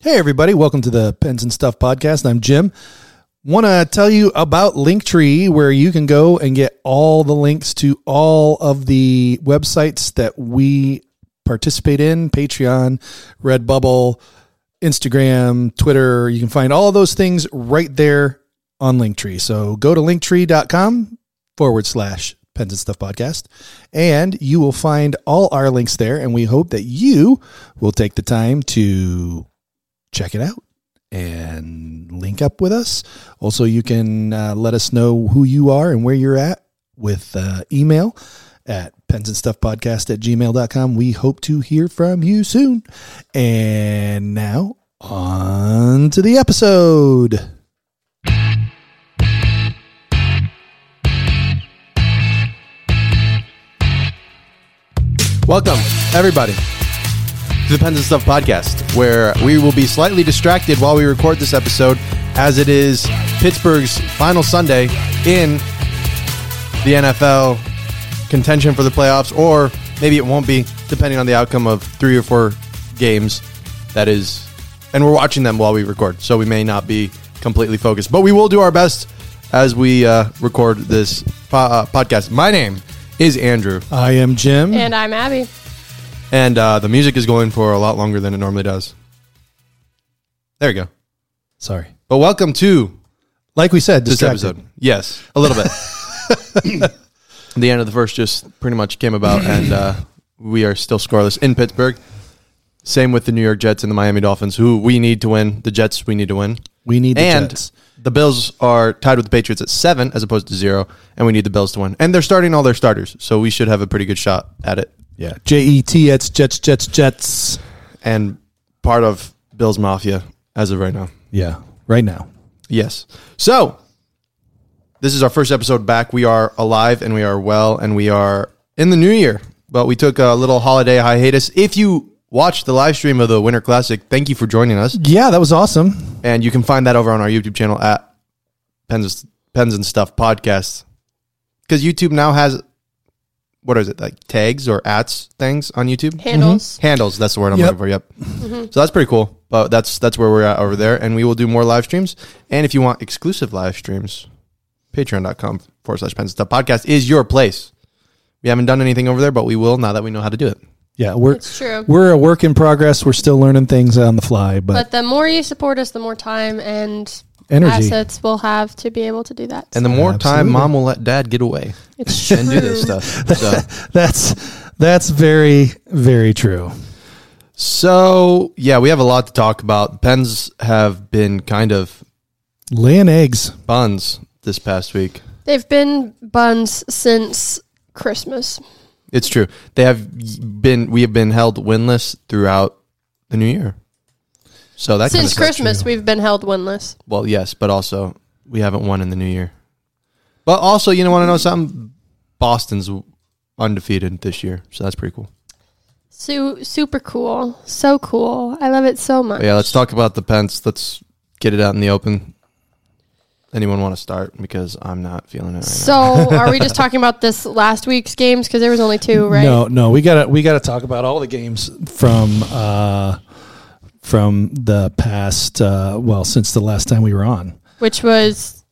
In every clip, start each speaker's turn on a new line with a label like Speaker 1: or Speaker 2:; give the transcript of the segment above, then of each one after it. Speaker 1: Hey, everybody. Welcome to the Pens and Stuff podcast. I'm Jim. Want to tell you about Linktree, where you can go and get all the links to all of the websites that we participate in Patreon, Redbubble, Instagram, Twitter. You can find all those things right there on Linktree. So go to linktree.com forward slash Pens and Stuff podcast, and you will find all our links there. And we hope that you will take the time to check it out and link up with us. Also, you can uh, let us know who you are and where you're at with uh, email at pens and stuff podcast at gmail.com. We hope to hear from you soon. And now on to the episode.
Speaker 2: Welcome, everybody, to the Pens and Stuff podcast, where we will be slightly distracted while we record this episode, as it is Pittsburgh's final Sunday in the NFL contention for the playoffs, or maybe it won't be, depending on the outcome of three or four games. That is, and we're watching them while we record, so we may not be completely focused, but we will do our best as we uh, record this po- uh, podcast. My name is Andrew.
Speaker 1: I am Jim.
Speaker 3: And I'm Abby.
Speaker 2: And uh, the music is going for a lot longer than it normally does. There you go.
Speaker 1: Sorry.
Speaker 2: But welcome to
Speaker 1: Like we said,
Speaker 2: this
Speaker 1: distracted.
Speaker 2: episode. Yes, a little bit. the end of the first just pretty much came about, and uh, we are still scoreless in Pittsburgh. Same with the New York Jets and the Miami Dolphins, who we need to win. The Jets, we need to win.
Speaker 1: We need the
Speaker 2: and
Speaker 1: Jets.
Speaker 2: the Bills are tied with the Patriots at seven as opposed to zero, and we need the Bills to win. And they're starting all their starters, so we should have a pretty good shot at it.
Speaker 1: Yeah. J E T S Jets Jets Jets.
Speaker 2: And part of Bills Mafia as of right now.
Speaker 1: Yeah. Right now.
Speaker 2: Yes. So, this is our first episode back. We are alive and we are well and we are in the new year. But we took a little holiday hiatus. If you watched the live stream of the Winter Classic, thank you for joining us.
Speaker 1: Yeah, that was awesome.
Speaker 2: And you can find that over on our YouTube channel at Pens, Pens and Stuff Podcast. Because YouTube now has, what is it, like tags or ats things on YouTube?
Speaker 3: Handles.
Speaker 2: handles. That's the word I'm
Speaker 1: Yep.
Speaker 2: looking for. Yep. So that's pretty cool. But that's that's where we're at over there, and we will do more live streams. And if you want exclusive live streams, Patreon.com forward slash Pens and Stuff podcast is your place. We haven't done anything over there, but we will now that we know how to do it.
Speaker 1: Yeah, we're
Speaker 3: It's true.
Speaker 1: we're a work in progress. We're still learning things on the fly, but,
Speaker 3: But the more you support us, the more time and
Speaker 1: energy.
Speaker 3: assets we'll have to be able to do that.
Speaker 2: And the more time
Speaker 1: Absolutely.
Speaker 2: mom will let dad get away
Speaker 3: it's
Speaker 2: and do this stuff. So,
Speaker 1: That's that's very very true.
Speaker 2: so yeah, we have a lot to talk about. Pens have been kind of
Speaker 1: Laying eggs.
Speaker 2: buns this past week.
Speaker 3: They've been buns since Christmas.
Speaker 2: It's true. They have been. We have been held winless throughout the new year. So that kind
Speaker 3: since
Speaker 2: of sucks.
Speaker 3: Christmas, we've been held winless.
Speaker 2: Well, yes, but also we haven't won in the new year. But also, you know, want to know something? Boston's undefeated this year, so that's pretty cool.
Speaker 3: Su- super cool. So cool. I love it so much.
Speaker 2: But yeah, let's talk about the Pens. Let's get it out in the open. Anyone want to start? Because I'm not feeling it right
Speaker 3: So, are we just talking about this last week's games? Because there was only two, right?
Speaker 1: No, no, we gotta we gotta talk about all the games from uh from the past uh well since the last time we were on.
Speaker 3: Which was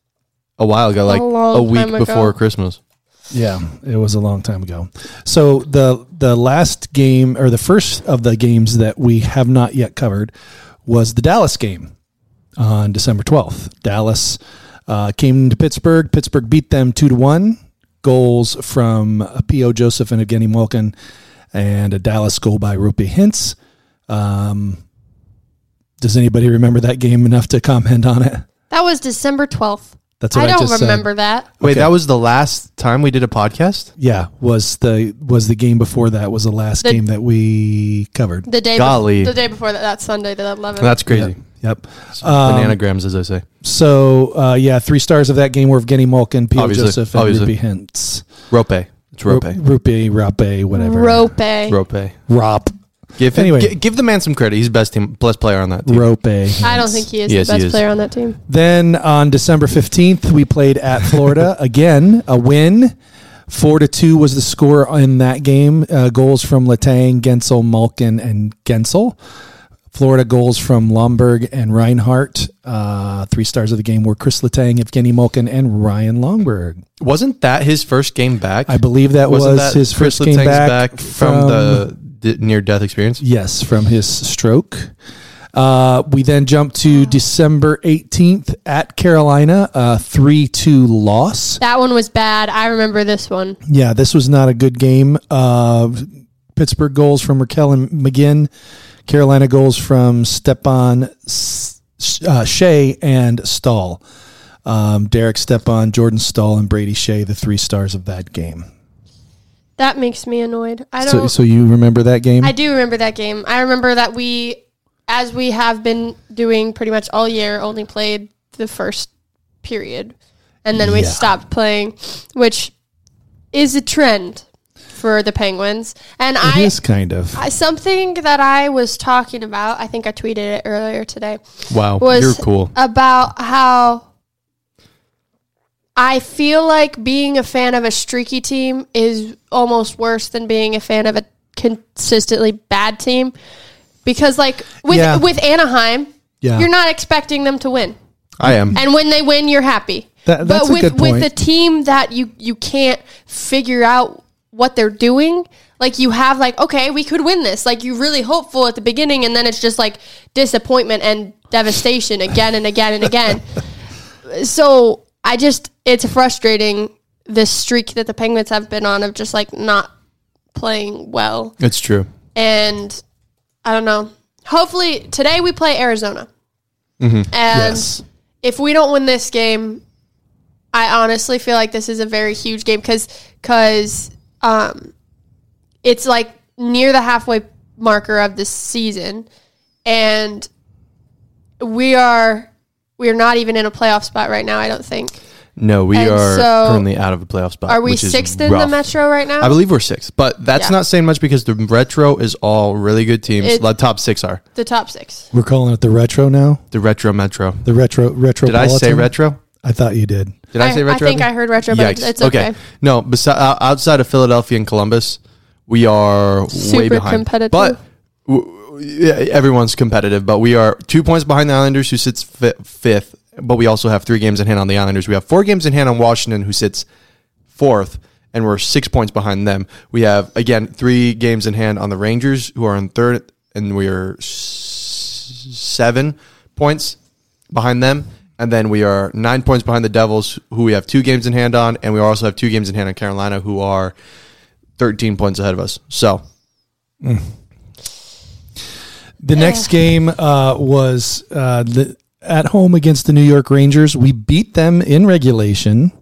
Speaker 2: now. A while ago, like
Speaker 3: long
Speaker 2: a week
Speaker 3: time ago.
Speaker 2: before Christmas.
Speaker 1: Yeah, it was a long time ago. So the the last game or the first of the games that we have not yet covered was the Dallas game on December twelfth. Dallas uh, came to Pittsburgh. Pittsburgh beat them two to one. Goals from uh, P.O. Joseph and Evgeny Malkin, and a Dallas goal by Rupi Hintz. Um, does anybody remember that game enough to comment on it?
Speaker 3: That was December 12th.
Speaker 1: That's
Speaker 3: I
Speaker 1: what I,
Speaker 3: don't
Speaker 1: just said.
Speaker 3: remember that.
Speaker 2: Wait,
Speaker 1: Okay.
Speaker 2: that was the last time we did a podcast?
Speaker 1: Yeah, was the was the game before that was the last
Speaker 3: The-
Speaker 1: game that we covered.
Speaker 3: The day, bef-
Speaker 2: Golly.
Speaker 3: the day before that, that Sunday, the 11th.
Speaker 2: That's crazy.
Speaker 1: Yep.
Speaker 2: Bananagrams, as I say.
Speaker 1: So uh, yeah, three stars of that game were Evgeny Malkin, Peter
Speaker 2: Obviously,
Speaker 1: Joseph, and
Speaker 2: obviously.
Speaker 1: Rupi Hintz.
Speaker 2: Rope. It's rope.
Speaker 1: Rupi, Rape, whatever.
Speaker 3: Rope.
Speaker 2: Rope.
Speaker 1: Rop.
Speaker 2: Give
Speaker 1: Anyway.
Speaker 2: anyway. give the man some credit. He's best team, best player on that team.
Speaker 1: Rope.
Speaker 3: I don't think he is
Speaker 2: Yes,
Speaker 3: the
Speaker 2: he
Speaker 3: best
Speaker 2: is.
Speaker 3: player on that team.
Speaker 1: Then on December 15th, we played at Florida again, a win. 4 to 2 was the score in that game. Uh, goals from Latang, Gensel, Malkin, and Gensel. Florida goals from Lomberg and Reinhardt. Uh, three stars of the game were Chris Latang, Evgeny Malkin, and Ryan Lomberg.
Speaker 2: Wasn't that his first game back?
Speaker 1: I believe that
Speaker 2: Wasn't
Speaker 1: was
Speaker 2: that
Speaker 1: his
Speaker 2: Chris
Speaker 1: first game
Speaker 2: Letang's
Speaker 1: back,
Speaker 2: from, the d- near death experience?
Speaker 1: Yes, from his stroke. Uh, we then jump to December 18th at Carolina, a 3 2 loss.
Speaker 3: That one was bad. I remember this one.
Speaker 1: Yeah, this was not a good game. Uh, Pittsburgh goals from Raquel and McGinn, Carolina goals from Stepan S- uh, Shea and Stahl. Um, Derek Stepan, Jordan Stahl, and Brady Shea, the three stars of that game.
Speaker 3: That makes me annoyed. I
Speaker 1: So,
Speaker 3: don't.
Speaker 1: so you remember that game?
Speaker 3: I do remember that game. I remember that we, as we have been doing pretty much all year, only played the first period, and then we
Speaker 1: Yeah.
Speaker 3: stopped playing, which is a trend for the Penguins. And
Speaker 1: It
Speaker 3: I
Speaker 1: is kind of.
Speaker 3: I- something that I was talking about, I think I tweeted it earlier today,
Speaker 2: Wow,
Speaker 3: was um,
Speaker 2: you're cool.
Speaker 3: about how I feel like being a fan of a streaky team is almost worse than being a fan of a consistently bad team because like with
Speaker 1: Yeah.
Speaker 3: with Anaheim,
Speaker 1: yeah.
Speaker 3: you're not expecting them to win.
Speaker 2: I am.
Speaker 3: And when they win, you're happy.
Speaker 1: That- that's
Speaker 3: but
Speaker 1: a
Speaker 3: with
Speaker 1: good
Speaker 3: with
Speaker 1: point.
Speaker 3: a team that you you can't figure out what they're doing, like you have like okay, we could win this. Like you're really hopeful at the beginning, and then it's just like disappointment and devastation again and again and again. so I just it's frustrating this streak that the Penguins have been on of just like not playing well,
Speaker 2: It's true.
Speaker 3: and I don't know. Hopefully today we play Arizona, and
Speaker 1: Mm-hmm. yes.
Speaker 3: if we don't win this game, I honestly feel like this is a very huge game because um, it's like near the halfway marker of this season, and we are we are not even in a playoff spot right now. I don't think.
Speaker 2: No, we
Speaker 3: And
Speaker 2: are
Speaker 3: so-
Speaker 2: currently out of a playoff spot.
Speaker 3: Are we
Speaker 2: which is
Speaker 3: sixth in the
Speaker 2: rough.
Speaker 3: Metro right now?
Speaker 2: I believe we're sixth, but that's
Speaker 3: Yeah.
Speaker 2: not saying much because the retro is all really good teams.
Speaker 3: It-
Speaker 2: the top six are
Speaker 3: the top six.
Speaker 1: We're calling it the retro now.
Speaker 2: the retro metro.
Speaker 1: The retro retro.
Speaker 2: Did I say retro?
Speaker 1: I thought you did.
Speaker 2: Did I, say retro?
Speaker 3: think I heard retro, but
Speaker 2: Yikes.
Speaker 3: it's okay.
Speaker 2: No, besi- o- outside of Philadelphia and Columbus, we are way
Speaker 3: Super
Speaker 2: behind.
Speaker 3: competitive.
Speaker 2: But w- yeah, everyone's competitive, but we are two points behind the Islanders, who sits fi- fifth. But we also have three games in hand on the Islanders. We have four games in hand on Washington, who sits fourth, and we're six points behind them. We have again three games in hand on the Rangers, who are in third, and we are s- seven points behind them. And then we are nine points behind the Devils, who we have two games in hand on, and we also have two games in hand on Carolina, who are thirteen points ahead of us. So
Speaker 1: The next game uh, was uh, the, at home against the New York Rangers. We beat them in regulation,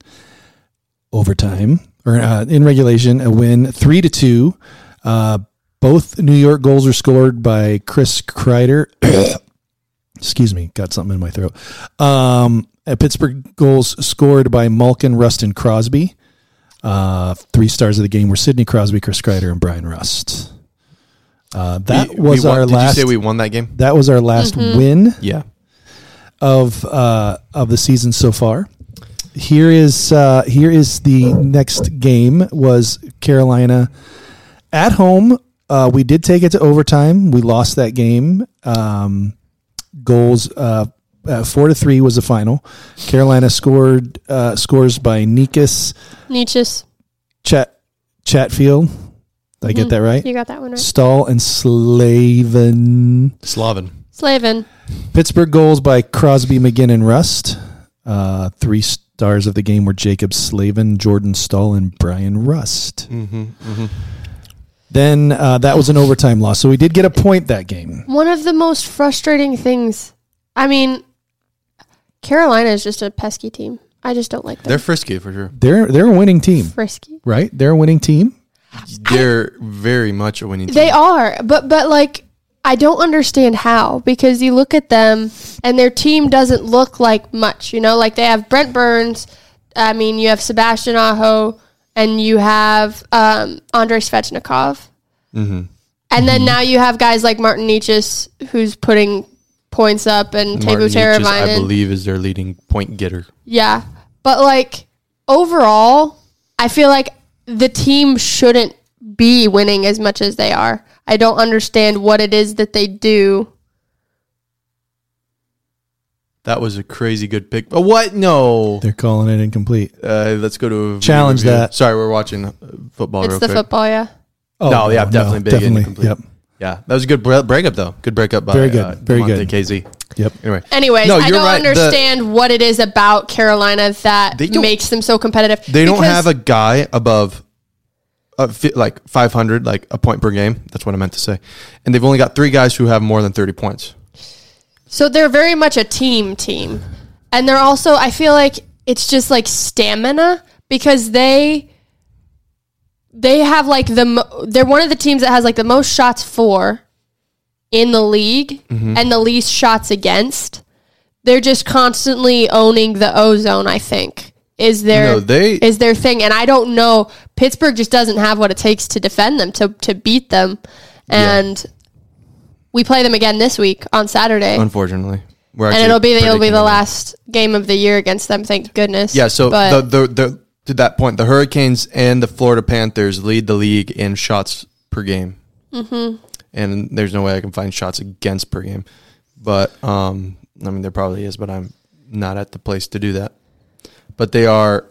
Speaker 1: overtime or uh, in regulation, a win three to two. Uh, both New York goals were scored by Chris Kreider. Excuse me, got something in my throat. Um, at Pittsburgh goals scored by Malkin, Rust, and Crosby. Uh, three stars of the game were Sidney Crosby, Chris Kreider, and Brian Rust. Uh, that
Speaker 2: we- we
Speaker 1: was
Speaker 2: won-
Speaker 1: our
Speaker 2: did
Speaker 1: last.
Speaker 2: you say we won that game?
Speaker 1: That was our last win
Speaker 2: Yeah.
Speaker 1: of uh, of the season so far. Here is uh, here is the next game was Carolina at home. Uh, we did take it to overtime. We lost that game. Um, goals uh, uh, four to three was the final. Carolina scored uh, scores by Nikas
Speaker 3: Nietzsche's
Speaker 1: Chat Chatfield. Did I get that right?
Speaker 3: You got that one right.
Speaker 1: Stahl and Slavin.
Speaker 2: Slavin.
Speaker 3: Slavin.
Speaker 1: Pittsburgh goals by Crosby, McGinn, and Rust. Uh, three stars of the game were Jacob Slavin, Jordan Stahl, and Brian Rust.
Speaker 2: Mm-hmm,
Speaker 1: Then uh, that was an overtime loss. So we did get a point that game.
Speaker 3: One of the most frustrating things. I mean, Carolina is just a pesky team. I just don't like them.
Speaker 2: They're frisky for sure.
Speaker 1: They're they're a winning team,
Speaker 3: frisky.
Speaker 1: right? They're a winning team.
Speaker 2: They're very much a winning team.
Speaker 3: They are, but but like I don't understand how because you look at them and their team doesn't look like much. You know, like they have Brent Burns. I mean, you have Sebastian Aho and you have um, Andrei Svechnikov.
Speaker 2: Mm-hmm.
Speaker 3: And then now you have guys like Martin Nietzsche who's putting points up and
Speaker 2: Martin
Speaker 3: Tegu
Speaker 2: Nietzsche, I
Speaker 3: Teravainen.
Speaker 2: believe, is their leading point getter.
Speaker 3: Yeah. But like overall, I feel like the team shouldn't be winning as much as they are. I don't understand what it is that they do.
Speaker 2: That was a crazy good pick. But what? No.
Speaker 1: They're calling it incomplete.
Speaker 2: Uh, let's go to a
Speaker 1: Challenge
Speaker 2: review.
Speaker 1: that.
Speaker 2: Sorry, we're watching uh, football.
Speaker 3: it's
Speaker 2: real
Speaker 3: the
Speaker 2: quick.
Speaker 3: football, yeah.
Speaker 1: Oh,
Speaker 2: No, yeah, definitely big incomplete.
Speaker 1: Yep,
Speaker 2: Yeah, that was a good bre- breakup though. Good breakup by
Speaker 1: Very good,
Speaker 2: uh,
Speaker 1: very
Speaker 2: Devontae
Speaker 1: good.
Speaker 2: KZ.
Speaker 1: yep.
Speaker 2: Anyway,
Speaker 3: Anyways,
Speaker 2: No,
Speaker 3: I
Speaker 2: you're
Speaker 3: don't
Speaker 2: right. The-
Speaker 3: understand what it is about Carolina that
Speaker 2: They don't-
Speaker 3: makes them so competitive.
Speaker 2: they don't
Speaker 3: Because-
Speaker 2: have a guy above uh, fi- like 500, like a point per game. That's what I meant to say. And they've only got three guys who have more than 30 points.
Speaker 3: So they're very much a team team. And they're also I feel like it's just like stamina because they they have like the mo- they're one of the teams that has like the most shots for in the league
Speaker 2: Mm-hmm.
Speaker 3: and the least shots against. They're just constantly owning the ozone, I think. Is their
Speaker 2: No, they-
Speaker 3: is their thing and I don't know Pittsburgh just doesn't have what it takes to defend them to to beat them. And we play them again this week on Saturday
Speaker 2: Unfortunately, we're
Speaker 3: and
Speaker 2: actually
Speaker 3: it'll be the, it'll be
Speaker 2: predicting
Speaker 3: the
Speaker 2: them.
Speaker 3: last game of the year against them. Thank goodness.
Speaker 2: Yeah. So
Speaker 3: But-
Speaker 2: the, the the to that point, the Hurricanes and the Florida Panthers lead the league in shots per game.
Speaker 3: Mm-hmm.
Speaker 2: And there's no way I can find shots against per game, but um, I mean there probably is, but I'm not at the place to do that. But they are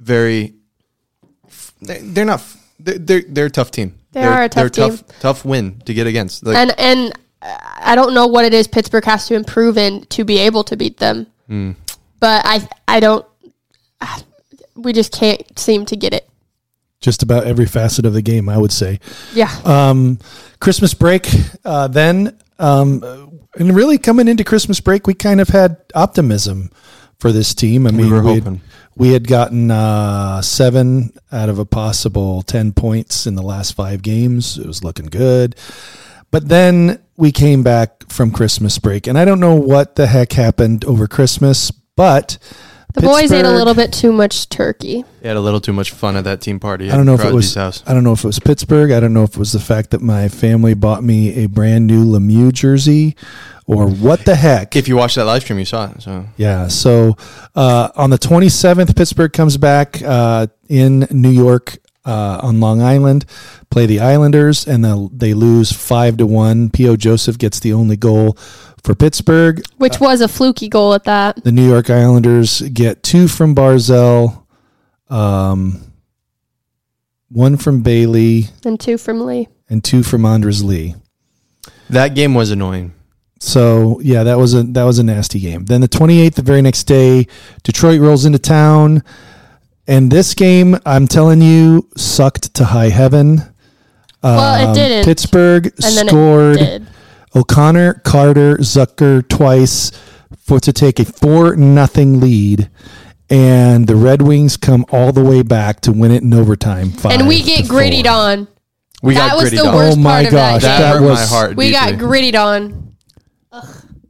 Speaker 2: very. they- They're not. They're they're, they're a tough team.
Speaker 3: They
Speaker 2: They're-
Speaker 3: are a tough
Speaker 2: they're
Speaker 3: team.
Speaker 2: Tough, tough win to get against. Like,
Speaker 3: and and uh, I don't know what it is Pittsburgh has to improve in to be able to beat them.
Speaker 2: Hmm.
Speaker 3: But I I don't. uh, We just can't seem to get it.
Speaker 1: Just about every facet of the game, I would say.
Speaker 3: Yeah.
Speaker 1: um, Christmas break. Uh, then, um, and really coming into Christmas break, we kind of had optimism for this team. I mean,
Speaker 2: were
Speaker 1: had-
Speaker 2: hoping.
Speaker 1: we had gotten uh, seven out of a possible ten points in the last five games. It was looking good, but then we came back from Christmas break, and I don't know what the heck happened over Christmas, but.
Speaker 3: the boys ate a
Speaker 1: Pittsburgh-
Speaker 3: little bit too much turkey.
Speaker 2: they had a little too much fun at that team party.
Speaker 1: I don't know if it was.
Speaker 2: Crosby's house.
Speaker 1: I don't know if it was Pittsburgh. I don't know if it was the fact that my family bought me a brand new Lemieux jersey, or what the heck.
Speaker 2: If you watched that live stream, you saw it. So
Speaker 1: yeah. So uh, on the 27th, Pittsburgh comes back uh, in New York uh, on Long Island, play the Islanders, and the, they lose five to one. P.O. Joseph gets the only goal for Pittsburgh.
Speaker 3: Which was a fluky goal at that.
Speaker 1: The New York Islanders get two from Barzell, um, one from Bailey.
Speaker 3: And two from Lee.
Speaker 1: and two from Andres Lee.
Speaker 2: that game was annoying.
Speaker 1: So yeah, that was a that was a nasty game. Then the 28th, the very next day, Detroit rolls into town, and this game, I'm telling you, sucked to high heaven.
Speaker 3: well, it
Speaker 1: Um,
Speaker 3: didn't.
Speaker 1: Pittsburgh
Speaker 3: and then
Speaker 1: scored
Speaker 3: it did.
Speaker 1: O'Connor, Carter, Zucker twice for to take a four nothing lead. And the Red Wings come all the way back to win it in overtime. Five
Speaker 3: And we get
Speaker 1: to four.
Speaker 3: grittied on.
Speaker 2: We
Speaker 3: That
Speaker 2: got
Speaker 3: was
Speaker 2: gritty
Speaker 3: the
Speaker 2: dogs.
Speaker 3: worst
Speaker 1: Oh my
Speaker 3: part of that
Speaker 1: gosh,
Speaker 3: game.
Speaker 2: That,
Speaker 1: That
Speaker 2: hurt my
Speaker 1: was-
Speaker 2: heart.
Speaker 3: We got
Speaker 2: deeply.
Speaker 3: grittied on.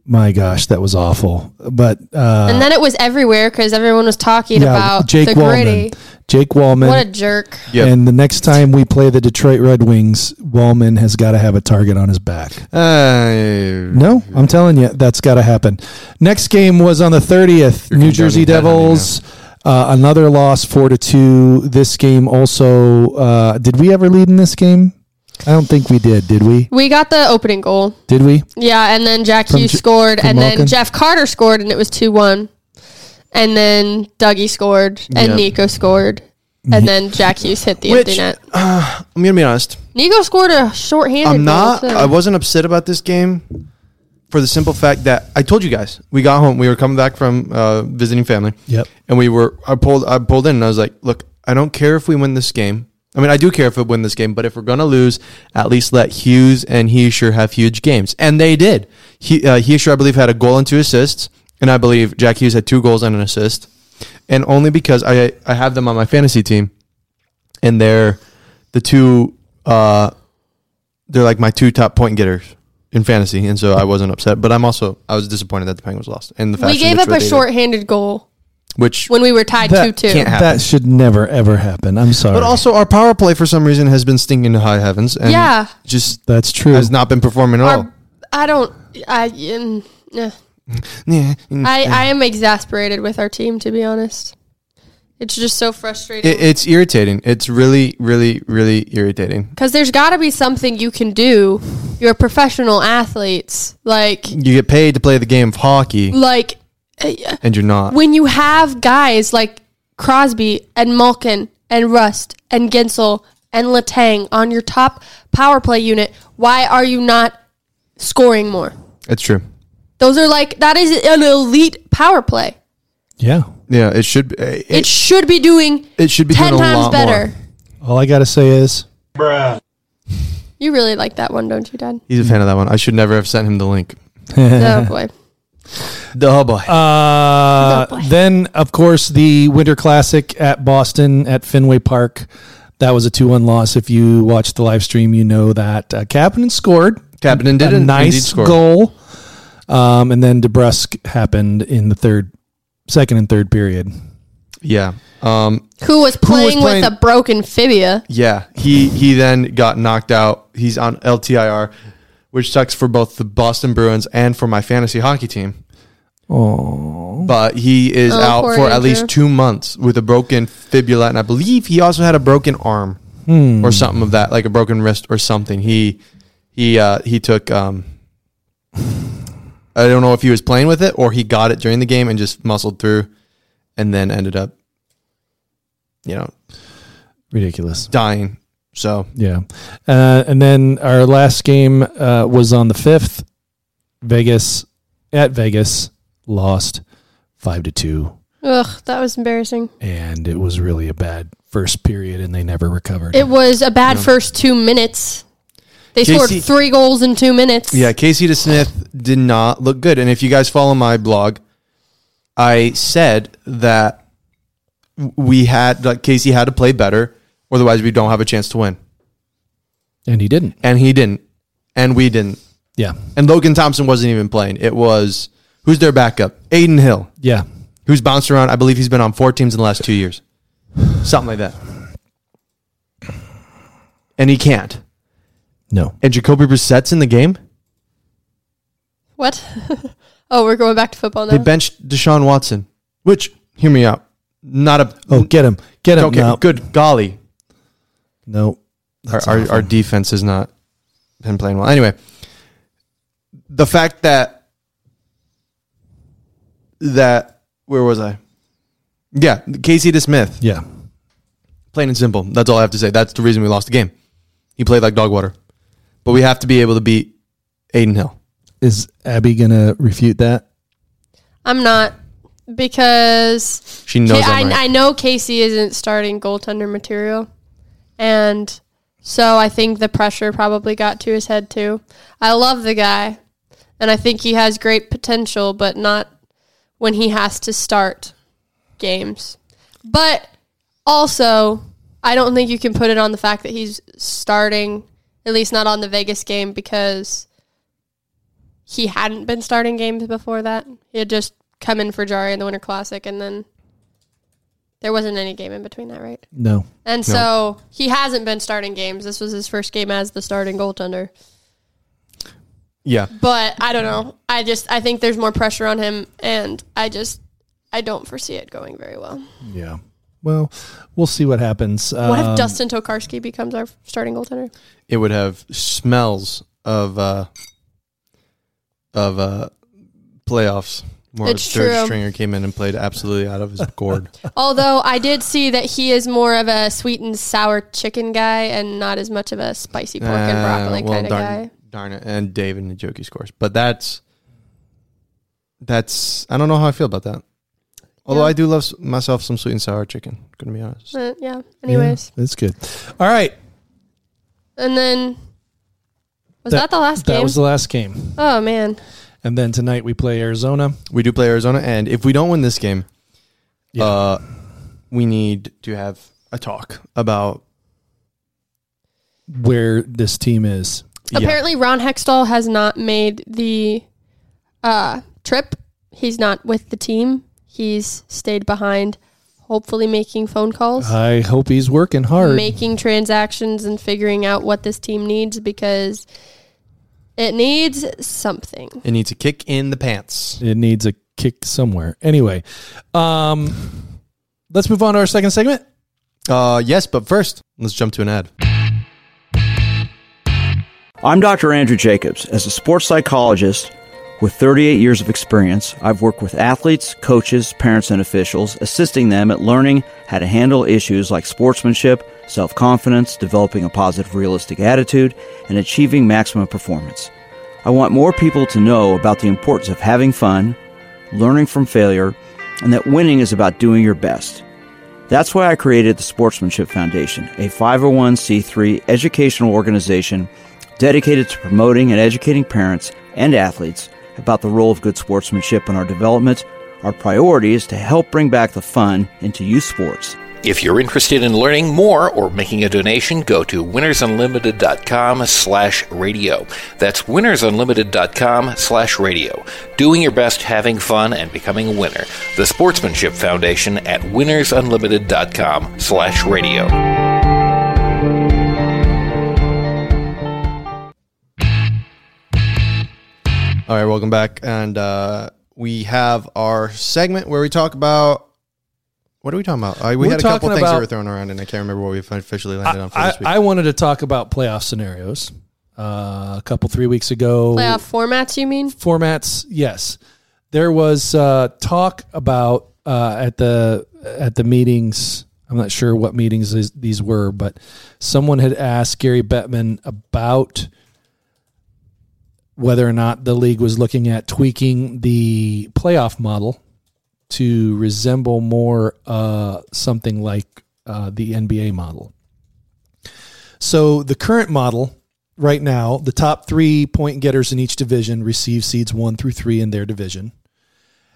Speaker 1: My gosh, that was awful. But uh,
Speaker 3: And then it was everywhere because everyone was talking about
Speaker 1: Jake
Speaker 3: the
Speaker 1: Wallman.
Speaker 3: gritty.
Speaker 1: Jake Wallman.
Speaker 3: What a jerk.
Speaker 2: Yep.
Speaker 1: And the next time we play the Detroit Red Wings, Wallman has got to have a target on his back.
Speaker 2: Uh,
Speaker 1: No, I'm telling you, that's got to happen. Next game was on the 30th. New Jersey
Speaker 2: condoning that, honey,
Speaker 1: Devils, uh, another loss, four to two. This game also. Uh, did we ever lead in this game? I don't think we did. Did we?
Speaker 3: We got the opening goal.
Speaker 1: Did we?
Speaker 3: Yeah, and then Jack Hughes
Speaker 1: J-
Speaker 3: scored,
Speaker 1: from
Speaker 3: and
Speaker 1: Malkin?
Speaker 3: then Jeff Carter scored, and it was 2 1. And then Dougie scored, and
Speaker 2: Yep.
Speaker 3: Nico scored. and then Jack Hughes hit the
Speaker 2: Which-
Speaker 3: empty net.
Speaker 2: I'm gonna be honest.
Speaker 3: Nico scored a shorthanded.
Speaker 2: I'm
Speaker 3: goal,
Speaker 2: not.
Speaker 3: too.
Speaker 2: I wasn't upset about this game for the simple fact that I told you guys we got home. We were coming back from uh, visiting family.
Speaker 1: Yep.
Speaker 2: And we were. I pulled. I pulled in, and I was like, "Look, I don't care if we win this game. I mean, I do care if we win this game, but if we're gonna lose, at least let Hughes and Heischer have huge games." And they did. He, uh, Heischer, I believe, had a goal and two assists, and I believe Jack Hughes had two goals and an assist. And only because I I have them on my fantasy team, and they're the two. Uh, they're like my two top point getters in fantasy, and so I wasn't upset. But I'm also I was disappointed that the Penguins lost and the
Speaker 3: We
Speaker 2: fashion
Speaker 3: gave
Speaker 2: which
Speaker 3: up
Speaker 2: were
Speaker 3: a
Speaker 2: they did,
Speaker 3: shorthanded goal
Speaker 2: which.
Speaker 3: when we were tied two
Speaker 1: That
Speaker 3: two.
Speaker 2: can't happen.
Speaker 1: That should never ever happen. I'm sorry.
Speaker 2: But also, our power play for some reason has been stinking to high heavens, and
Speaker 3: Yeah.
Speaker 2: just
Speaker 1: that's true.
Speaker 2: has not been performing at all.
Speaker 3: Our- I don't. I. mm, eh.
Speaker 2: Yeah, mm.
Speaker 3: I, I am exasperated with our team, to be honest. It's just so frustrating.
Speaker 2: It, it's irritating. It's really, really, really irritating.
Speaker 3: Because there's got to be something you can do. You're professional athletes. Like,
Speaker 2: You get paid to play the game of hockey,
Speaker 3: like eh,
Speaker 2: and you're not.
Speaker 3: when you have guys like Crosby and Malkin and Rust and Gensel and Latang on your top power play unit, why are you not scoring more?
Speaker 2: It's true.
Speaker 3: Those are like, that is an elite power play.
Speaker 1: yeah.
Speaker 2: Yeah, it should. Be, it,
Speaker 3: It,
Speaker 2: it,
Speaker 3: should be doing
Speaker 2: should be
Speaker 3: 10
Speaker 2: doing a
Speaker 3: times
Speaker 2: lot
Speaker 3: better.
Speaker 2: more.
Speaker 1: All I gotta say is
Speaker 3: You really like that one, don't you, Dad?
Speaker 2: He's a fan of that one. I should never have sent him the link.
Speaker 3: oh, boy.
Speaker 2: The boy.
Speaker 1: Uh,
Speaker 3: Oh, boy.
Speaker 1: then, of course, the Winter Classic at Boston at Fenway Park. That was a 2 1 loss. If you watched the live stream, you know that. Uh, Kapanen scored.
Speaker 2: Kapanen did
Speaker 1: a
Speaker 2: indeed
Speaker 1: nice
Speaker 2: score.
Speaker 1: goal. Um, and then DeBrusque happened in the third, second and third period.
Speaker 2: yeah. Um.
Speaker 3: Who was playing,
Speaker 2: playing-
Speaker 3: with a broken fibia.
Speaker 2: Yeah, he he then got knocked out. He's on LTIR, which sucks for both the Boston Bruins and for my fantasy hockey team. Oh. But he is
Speaker 3: Oh,
Speaker 2: out
Speaker 3: poor
Speaker 2: for at
Speaker 3: Andrew.
Speaker 2: least 2 months with a broken fibula and I believe he also had a broken arm or something of that, like a broken wrist or something. He he uh he took um I don't know if he was playing with it or he got it during the game and just muscled through and then ended up you know,
Speaker 1: Ridiculous.
Speaker 2: dying. So
Speaker 1: Yeah. Uh, and then our last game uh, was on the 5th. Vegas at Vegas lost 5 to 2.
Speaker 3: Ugh, that was embarrassing.
Speaker 1: And it was really a bad first period, and they never recovered.
Speaker 3: It was a bad first two minutes. They
Speaker 2: JC
Speaker 3: scored three goals in two minutes.
Speaker 2: Yeah, Casey DeSmith did not look good. And if you guys follow my blog, I said that we had like Casey had to play better, otherwise we don't have a chance to win.
Speaker 1: and he didn't.
Speaker 2: And he didn't. And we didn't.
Speaker 1: Yeah.
Speaker 2: And Logan Thompson wasn't even playing. It was who's their backup? Aiden Hill,
Speaker 1: Yeah.
Speaker 2: who's bounced around. I believe he's been on four teams in the last two years. Something like that. And he can't.
Speaker 1: No.
Speaker 2: And Jacoby Brissett's in the game.
Speaker 3: What? oh, we're going back to football now.
Speaker 2: They benched Deshaun Watson, which hear me out. Not a
Speaker 1: Oh, get him. Get him.
Speaker 2: Mm. okay.
Speaker 1: no.
Speaker 2: Good golly,
Speaker 1: No.
Speaker 2: our,
Speaker 1: That's
Speaker 2: our
Speaker 1: awful.
Speaker 2: our defense has not been playing well. Anyway, the fact that that where was I? Yeah, Casey DeSmith,
Speaker 1: yeah.
Speaker 2: plain and simple. That's all I have to say. That's the reason we lost the game. He played like dog water, but we have to be able to beat Aiden Hill.
Speaker 1: Is Abby going to refute that?
Speaker 3: I'm not because
Speaker 2: She knows.
Speaker 3: I,
Speaker 2: I'm right.
Speaker 3: I know Casey isn't starting goaltender material, and so I think the pressure probably got to his head too. I love the guy, and I think he has great potential, but not when he has to start games. But also, I don't think you can put it on the fact that he's starting, at least not on the Vegas game, because he hadn't been starting games before that. He had just come in for Jari in the Winter Classic, and then there wasn't any game in between that, right?
Speaker 1: No.
Speaker 3: And so he hasn't been starting games. This was his first game as the starting goaltender.
Speaker 2: yeah,
Speaker 3: But I don't know. I just I think there's more pressure on him, and I just I don't foresee it going very well.
Speaker 1: Yeah. Well, we'll see what happens.
Speaker 3: What if
Speaker 1: Um,
Speaker 3: Dustin Tokarski becomes our starting goaltender?
Speaker 2: it would have smells of uh of uh playoffs More
Speaker 3: It's
Speaker 2: third
Speaker 3: true.
Speaker 2: stringer came in and played absolutely out of his gourd.
Speaker 3: Although I did see that he is more of a sweet and sour chicken guy and not as much of a spicy pork and
Speaker 1: Ah,
Speaker 2: Uh,
Speaker 3: broccoli
Speaker 2: well,
Speaker 3: kind of
Speaker 2: darn,
Speaker 3: guy.
Speaker 2: Darn it, and Dave and Njoki scores, but that's that's I don't know how I feel about that. Although
Speaker 3: Yeah.
Speaker 2: I do love s- myself some sweet and sour chicken. Gonna be honest.
Speaker 3: But Uh, yeah. Anyways,
Speaker 1: that's good. All right,
Speaker 3: and then was that, the last
Speaker 1: That
Speaker 3: game?
Speaker 1: was the last game,
Speaker 3: oh man,
Speaker 1: and then tonight we play Arizona.
Speaker 2: We do play Arizona, and if we don't win this game,
Speaker 1: Yeah.
Speaker 2: uh, we need to have a talk about.
Speaker 1: where this team is.
Speaker 3: apparently Ron Hextall has not made the uh, trip. He's not with the team. He's stayed behind, hopefully making phone calls.
Speaker 1: I hope he's working Uh, hard.
Speaker 3: making transactions and figuring out what this team needs because it needs something.
Speaker 2: It needs a kick in the pants.
Speaker 1: it needs a kick somewhere. Anyway, um, let's move on to our second segment.
Speaker 2: Uh, yes, but first, let's jump to an ad.
Speaker 4: I'm Dr. Andrew Jacobs. As a sports psychologist with 38 years of experience, I've worked with athletes, coaches, parents, and officials, assisting them at learning how to handle issues like sportsmanship, self confidence, developing a positive, realistic attitude, and achieving maximum performance. I want more people to know about the importance of having fun, learning from failure, and that winning is about doing your best. That's why I created the Sportsmanship Foundation, a 501c3 educational organization dedicated to promoting and educating parents and athletes about the role of good sportsmanship in our development. Our priority is to help bring back the fun into youth sports.
Speaker 5: If you're interested in learning more or making a donation, go to winnersunlimited.com slash radio. That's winnersunlimited.com slash radio. Doing your best, having fun, and becoming a winner. The Sportsmanship Foundation at winnersunlimited.com slash radio.
Speaker 2: All right, welcome back, and uh, we have our segment where we talk about. What are we talking about? Uh, we
Speaker 1: We're
Speaker 2: had a couple
Speaker 1: talking
Speaker 2: things that
Speaker 1: about-
Speaker 2: were thrown around, and I can't remember what we officially landed on for
Speaker 1: I,
Speaker 2: this week.
Speaker 1: I wanted to talk about playoff scenarios. Uh, a couple, three weeks ago,
Speaker 3: Playoff formats, you mean?
Speaker 1: formats. Yes, there was uh, talk about uh, at the at the meetings. I'm not sure what meetings these- these were, but someone had asked Gary Bettman about whether or not the league was looking at tweaking the playoff model to resemble more uh, something like uh, the NBA model. So the current model right now, the top three point getters in each division receive seeds one through three in their division.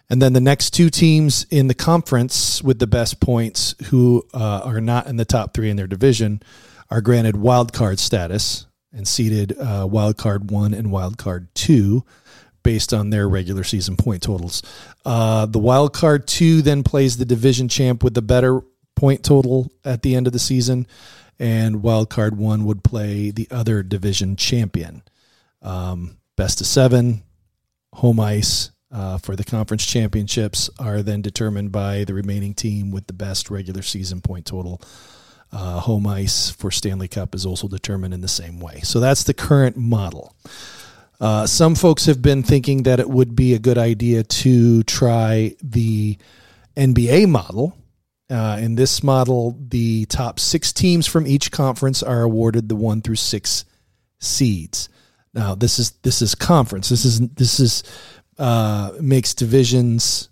Speaker 1: And then the next two teams in the conference with the best points who uh, are not in the top three in their division are granted wild card status and seeded uh, wild card one and wild card two based on their regular season point totals. Uh, the wild card two then plays the division champ with the better point total at the end of the season, and wild card one would play the other division champion. Um, best of seven, home ice uh, for the conference championships are then determined by the remaining team with the best regular season point total. Uh, home ice for Stanley Cup is also determined in the same way. So that's the current model. Uh, some folks have been thinking that it would be a good idea to try the NBA model. Uh, in this model, the top six teams from each conference are awarded the one through six seeds. Now, this is this is conference. This is this is uh, makes divisions.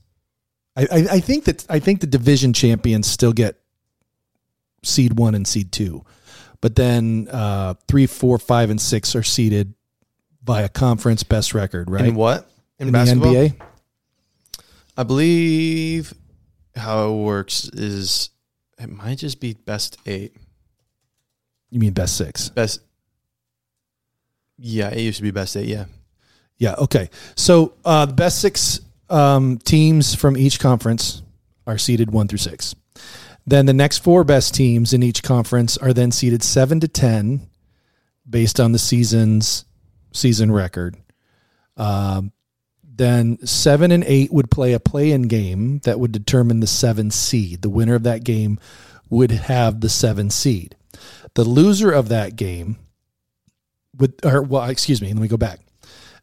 Speaker 1: I, I, I think that I think the division champions still get seed one and seed two, but then uh, three, four, five, and six are seeded by a conference best record, right?
Speaker 2: In what? In,
Speaker 1: In
Speaker 2: basketball?
Speaker 1: the NBA.
Speaker 2: I believe how it works is it might just be best eight.
Speaker 1: You mean best six?
Speaker 2: Best. Yeah, it used to be best eight. Yeah.
Speaker 1: Yeah. Okay. So uh, the best six um, teams from each conference are seeded one through six. Then the next four best teams in each conference are then seeded seven to ten, based on the season's season record. Um, then seven and eight would play a play-in game that would determine the seven seed. The winner of that game would have the seven seed. The loser of that game would, or well, excuse me, let me go back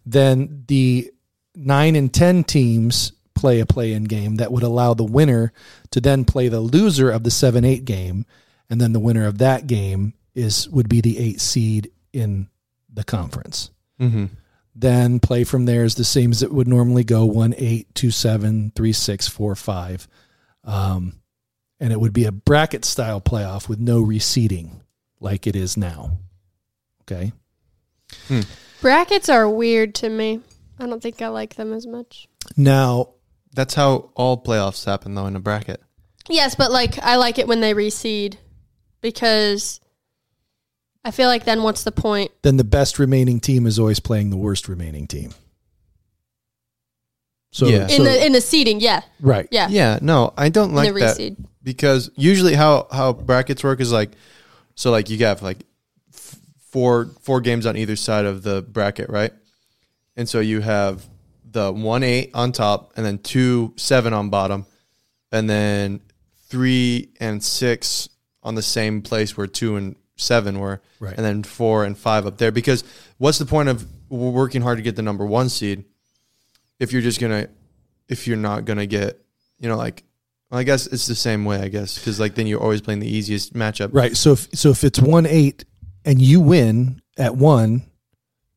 Speaker 1: then the nine and ten teams play a play in game that would allow the winner to then play the loser of the 7 8 game. And then the winner of that game is would be the eight seed in the conference. Then play from there is the same as it would normally go 1 8, 2 7, 3 6, 4 5. Um, and it would be a bracket style playoff with no reseeding like it is now. Okay.
Speaker 3: Brackets are weird to me. I don't think I like them as much.
Speaker 1: Now,
Speaker 2: That's how all playoffs happen, though, in a bracket.
Speaker 3: Yes, but like I like it when they reseed because I feel like then what's the point?
Speaker 1: then the best remaining team is always playing the worst remaining team. So,
Speaker 2: Yeah.
Speaker 3: In
Speaker 1: so-
Speaker 3: the in the seeding, yeah.
Speaker 1: right.
Speaker 3: Yeah.
Speaker 2: Yeah, no, I don't like
Speaker 3: the
Speaker 2: that
Speaker 3: reseed.
Speaker 2: because usually how how brackets work is like so like you have like f- four four games on either side of the bracket, right? And so you have the one eight on top, and then two seven on bottom, and then three and six on the same place where two and seven were,
Speaker 1: Right.
Speaker 2: and then four and five up there. Because what's the point of w- working hard to get the number one seed if you're just gonna if you're not gonna get you know like well, I guess it's the same way I guess because like then you're always playing the easiest matchup.
Speaker 1: Right. So if so if it's one eight and you win at one,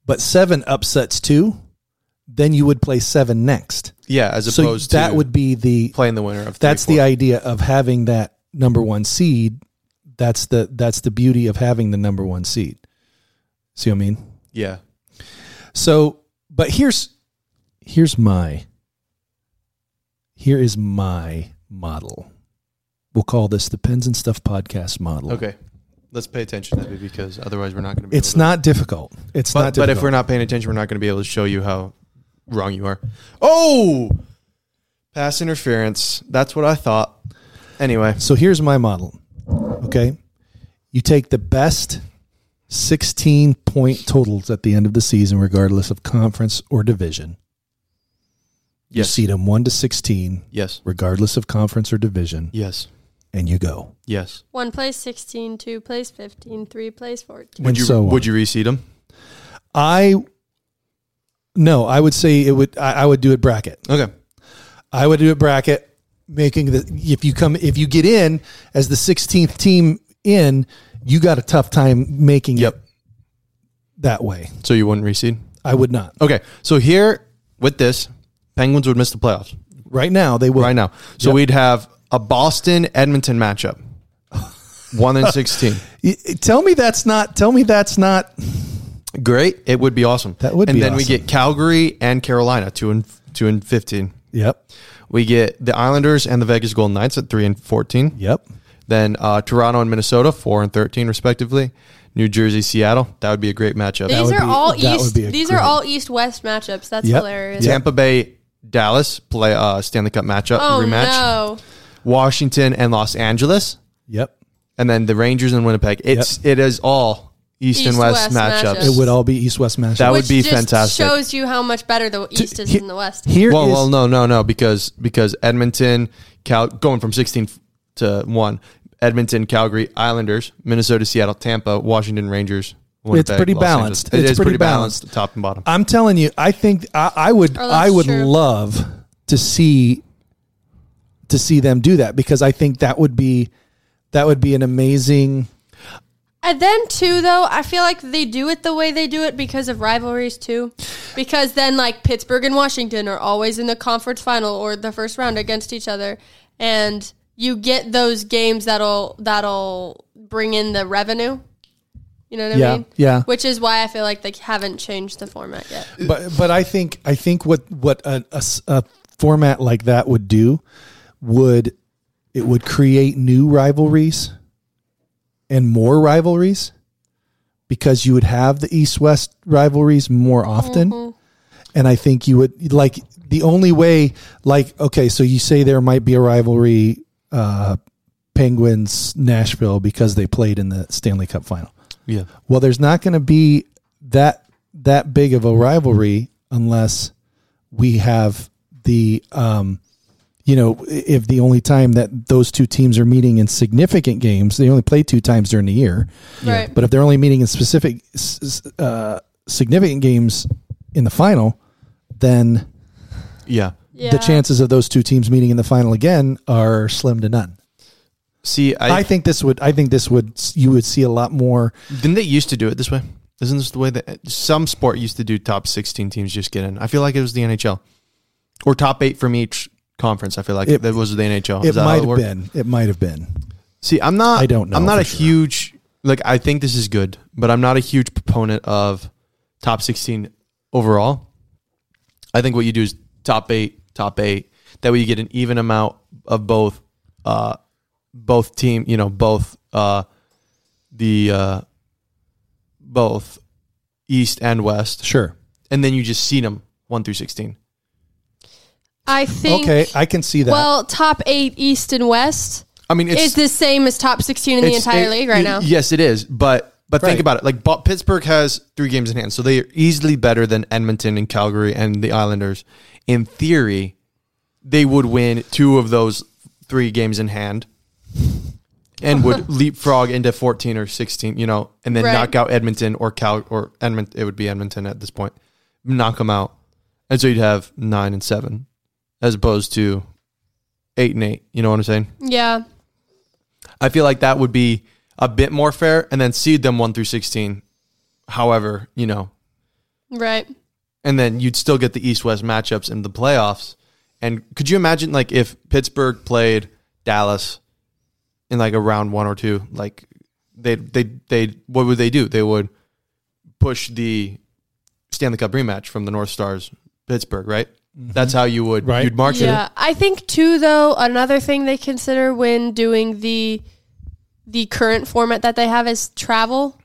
Speaker 1: but seven upsets two, then you would play seven next.
Speaker 2: Yeah, as
Speaker 1: so
Speaker 2: opposed
Speaker 1: that
Speaker 2: to
Speaker 1: would be the
Speaker 2: playing the winner of. Three,
Speaker 1: that's the
Speaker 2: four.
Speaker 1: idea of having that number one seed. That's the that's the beauty of having the number one seed. See what I mean?
Speaker 2: yeah.
Speaker 1: So, but here's here's my here is my model. We'll call this the Pens and Stuff podcast model.
Speaker 2: Okay, let's pay attention to that because otherwise we're not going to. be
Speaker 1: It's
Speaker 2: able to-
Speaker 1: not difficult. It's
Speaker 2: But,
Speaker 1: not
Speaker 2: but
Speaker 1: difficult.
Speaker 2: if we're not paying attention, we're not going to be able to show you how wrong you are. Oh, pass interference. That's what I thought. Anyway,
Speaker 1: So here's my model. Okay. You take the best 16 point totals at the end of the season, regardless of conference or division. You
Speaker 2: yes,
Speaker 1: seed them 1 to 16,
Speaker 2: yes,
Speaker 1: regardless of conference or division,
Speaker 2: yes,
Speaker 1: and you go.
Speaker 2: yes.
Speaker 3: One plays 16, two plays 15, three plays 14.
Speaker 2: Would
Speaker 1: And
Speaker 2: you
Speaker 1: so on.
Speaker 2: would you reseed them?
Speaker 1: I, no, I would say it would, I, I would do it bracket.
Speaker 2: Okay,
Speaker 1: I would do a bracket making the if you come if you get in as the 16th team in, you got a tough time making
Speaker 2: Yep.
Speaker 1: it that way.
Speaker 2: so you wouldn't reseed.
Speaker 1: I would not.
Speaker 2: Okay, so here with this, Penguins would miss the playoffs
Speaker 1: Right now they would.
Speaker 2: right now. So
Speaker 1: Yep.
Speaker 2: we'd have a Boston Edmonton matchup, one and sixteen.
Speaker 1: Y- y- Tell me that's not tell me that's not
Speaker 2: Great. It would be awesome.
Speaker 1: That would
Speaker 2: And
Speaker 1: be
Speaker 2: then we
Speaker 1: awesome.
Speaker 2: get Calgary and Carolina, 2 and 2 and 15.
Speaker 1: Yep.
Speaker 2: We get the Islanders and the Vegas Golden Knights at 3 and 14.
Speaker 1: Yep.
Speaker 2: Then uh, Toronto and Minnesota, 4 and 13 respectively. New Jersey, Seattle. That would be a great matchup.
Speaker 3: These
Speaker 1: would
Speaker 3: are
Speaker 1: be-
Speaker 3: all
Speaker 1: that would
Speaker 3: east
Speaker 1: be a
Speaker 3: these
Speaker 1: great-
Speaker 3: are all east west matchups. That's
Speaker 1: Yep.
Speaker 3: hilarious.
Speaker 1: Yep.
Speaker 2: Tampa Bay, Dallas play uh, Stanley Cup matchup
Speaker 3: Oh
Speaker 2: rematch.
Speaker 3: no.
Speaker 2: Washington and Los Angeles,
Speaker 1: Yep.
Speaker 2: and then the Rangers and Winnipeg. It's it is all East, and West,
Speaker 3: East-West
Speaker 2: matchups.
Speaker 3: matchups.
Speaker 1: It would all be east west matchup.
Speaker 2: That would
Speaker 3: Which
Speaker 2: be
Speaker 3: just
Speaker 2: fantastic.
Speaker 3: Shows you how much better the east is
Speaker 1: he-
Speaker 3: than the west.
Speaker 1: Here
Speaker 2: well,
Speaker 1: is-
Speaker 2: well, no, no, no, because because Edmonton, Cal, going from sixteen f- to one, Edmonton, Calgary, Islanders, Minnesota, Seattle, Tampa, Washington, Rangers. Winnipeg,
Speaker 1: pretty
Speaker 2: Los Angeles.
Speaker 1: balanced.
Speaker 2: It
Speaker 1: It's
Speaker 2: is
Speaker 1: pretty
Speaker 2: pretty balanced, top and bottom.
Speaker 1: I'm telling you, I think I, I would
Speaker 3: Oh,
Speaker 1: I
Speaker 3: that's
Speaker 1: would
Speaker 3: true.
Speaker 1: love to see to see them do that because I think that would be that would be an amazing
Speaker 3: And then too, though, I feel like they do it the way they do it because of rivalries too. Because then, like Pittsburgh and Washington are always in the conference final or the first round against each other, and you get those games that'll that'll bring in the revenue. You know what
Speaker 1: Yeah,
Speaker 3: I mean?
Speaker 1: yeah.
Speaker 3: Which is why I feel like they haven't changed the format yet.
Speaker 1: but but I think I think what what a, a s- a format like that would do would it would create new rivalries and more rivalries because you would have the East West rivalries more often, and I think you would like the only way like okay, so you say there might be a rivalry. Uh, Penguins Nashville because they played in the Stanley Cup final.
Speaker 2: Yeah,
Speaker 1: Well, there's not going to be that that big of a rivalry unless we have the um, you know if the only time that those two teams are meeting in significant games, they only play two times during the year.
Speaker 3: Right.
Speaker 1: But if they're only meeting in specific s- s- uh, significant games in the final, then
Speaker 2: yeah.
Speaker 3: Yeah.
Speaker 1: the chances of those two teams meeting in the final again are slim to none.
Speaker 2: See, I,
Speaker 1: I, think this would. I think this would. You would see a lot more.
Speaker 2: didn't they used to do it this way? Isn't this the way that some sport used to do top 16 teams just get in? I feel like it was the NHL or top eight from each conference. I feel like
Speaker 1: It-
Speaker 2: that was the NHL.
Speaker 1: It
Speaker 2: Is that how
Speaker 1: might have
Speaker 2: worked?
Speaker 1: been. It might have been.
Speaker 2: See, I'm not.
Speaker 1: I don't know
Speaker 2: I'm not
Speaker 1: for
Speaker 2: a
Speaker 1: sure.
Speaker 2: huge like. I think this is good, but I'm not a huge proponent of top 16 overall. I think what you do is top eight, top eight. That way, you get an even amount of both, uh, both team. You know, both uh, the uh, both East and West,
Speaker 1: Sure.
Speaker 2: and then you just seed them one through 16.
Speaker 3: I think.
Speaker 1: okay, I can see that.
Speaker 3: Well, top eight East and West
Speaker 2: I mean, it's
Speaker 3: is the same as top sixteen in the
Speaker 2: It's-
Speaker 3: entire
Speaker 2: it-
Speaker 3: league right
Speaker 2: y-
Speaker 3: now.
Speaker 2: Yes, it is. But but
Speaker 1: Right.
Speaker 2: think about it. Like but Pittsburgh has three games in hand, so they are easily better than Edmonton and Calgary and the Islanders. In theory, they would win two of those three games in hand, and would leapfrog into fourteen or sixteen. You know, and then
Speaker 3: Right.
Speaker 2: knock out Edmonton or Cal or Edmonton. It would be Edmonton at this point. Knock them out, and so you'd have nine and seven, as opposed to eight and eight. You know what I'm saying?
Speaker 3: Yeah.
Speaker 2: I feel like that would be a bit more fair, and then seed them one through sixteen. However, you know,
Speaker 3: Right.
Speaker 2: and then you'd still get the East West matchups in the playoffs. And could you imagine like if Pittsburgh played Dallas in like a round one or two, like they they they what would they do? They would push the Stanley Cup rematch from the North Stars Pittsburgh, right? That's how you would
Speaker 1: Right.
Speaker 2: you'd market it.
Speaker 3: Yeah, I think too though another thing they consider when doing the the current format that they have is travel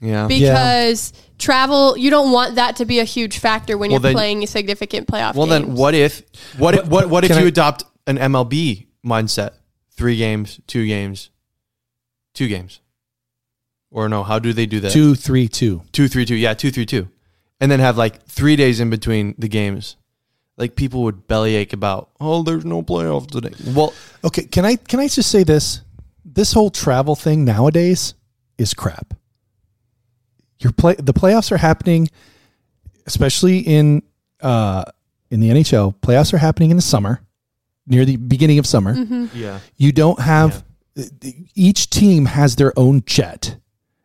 Speaker 2: Yeah.
Speaker 3: because travel you don't want that to be a huge factor when
Speaker 2: Well,
Speaker 3: you're
Speaker 2: then-
Speaker 3: playing a significant playoff.
Speaker 2: Well, then
Speaker 3: games.
Speaker 2: what if what if, what what if
Speaker 1: can
Speaker 2: you
Speaker 1: I-
Speaker 2: adopt an MLB mindset? Three games, two games, two games, or no? How do they do that?
Speaker 1: two, three, two.
Speaker 2: two, three, two. Yeah, two, three, two, and then have like three days in between the games. Like people would bellyache about, oh, there's no playoff today. Well,
Speaker 1: Okay, can I can I just say this? This whole travel thing nowadays is crap. Your play the playoffs are happening, especially in uh, in the NHL. Playoffs are happening in the summer, near the beginning of summer.
Speaker 2: yeah,
Speaker 1: You don't have each team has their own jet.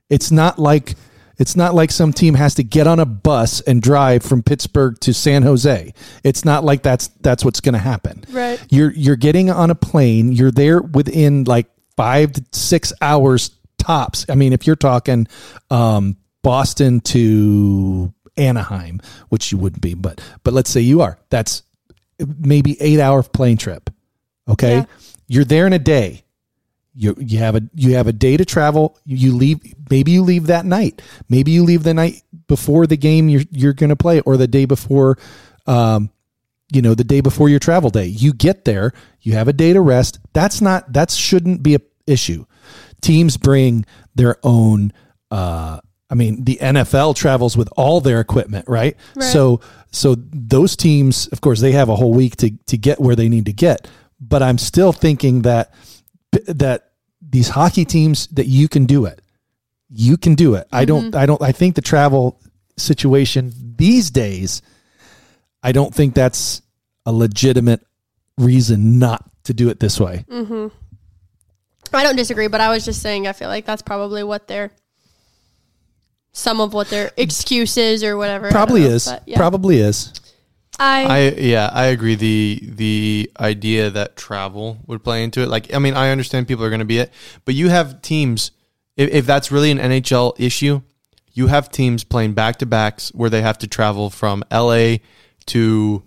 Speaker 1: It's not like it's not like some team has to get on a bus and drive from Pittsburgh to San Jose. It's not like that's that's what's going to happen.
Speaker 3: Right.
Speaker 1: You're you're getting on a plane, you're there within like 5 to 6 hours tops. I mean, if you're talking um Boston to Anaheim, which you wouldn't be, but but let's say you are. That's maybe 8 hour plane trip. Okay?
Speaker 3: Yeah.
Speaker 1: You're there in a day you you have a you have a day to travel you leave maybe you leave that night maybe you leave the night before the game you're you're going to play or the day before um you know the day before your travel day you get there you have a day to rest that's not that shouldn't be a issue teams bring their own uh I mean, the NFL travels with all their equipment, right? So, so those teams, of course, they have a whole week to to get where they need to get. But I'm still thinking that that these hockey teams that you can do it. You can do it. I
Speaker 3: Mm-hmm.
Speaker 1: don't I don't I think the travel situation these days I don't think that's a legitimate reason not to do it this way.
Speaker 3: I don't disagree, but I was just saying I feel like that's probably what their some of what their excuses or whatever I don't
Speaker 1: Probably
Speaker 3: know,
Speaker 1: is.
Speaker 3: but yeah.
Speaker 1: Probably is.
Speaker 3: I,
Speaker 2: I yeah, I agree. The the idea that travel would play into it, like I mean, I understand people are going to be it, but you have teams. If, if that's really an NHL issue, you have teams playing back to backs where they have to travel from LA to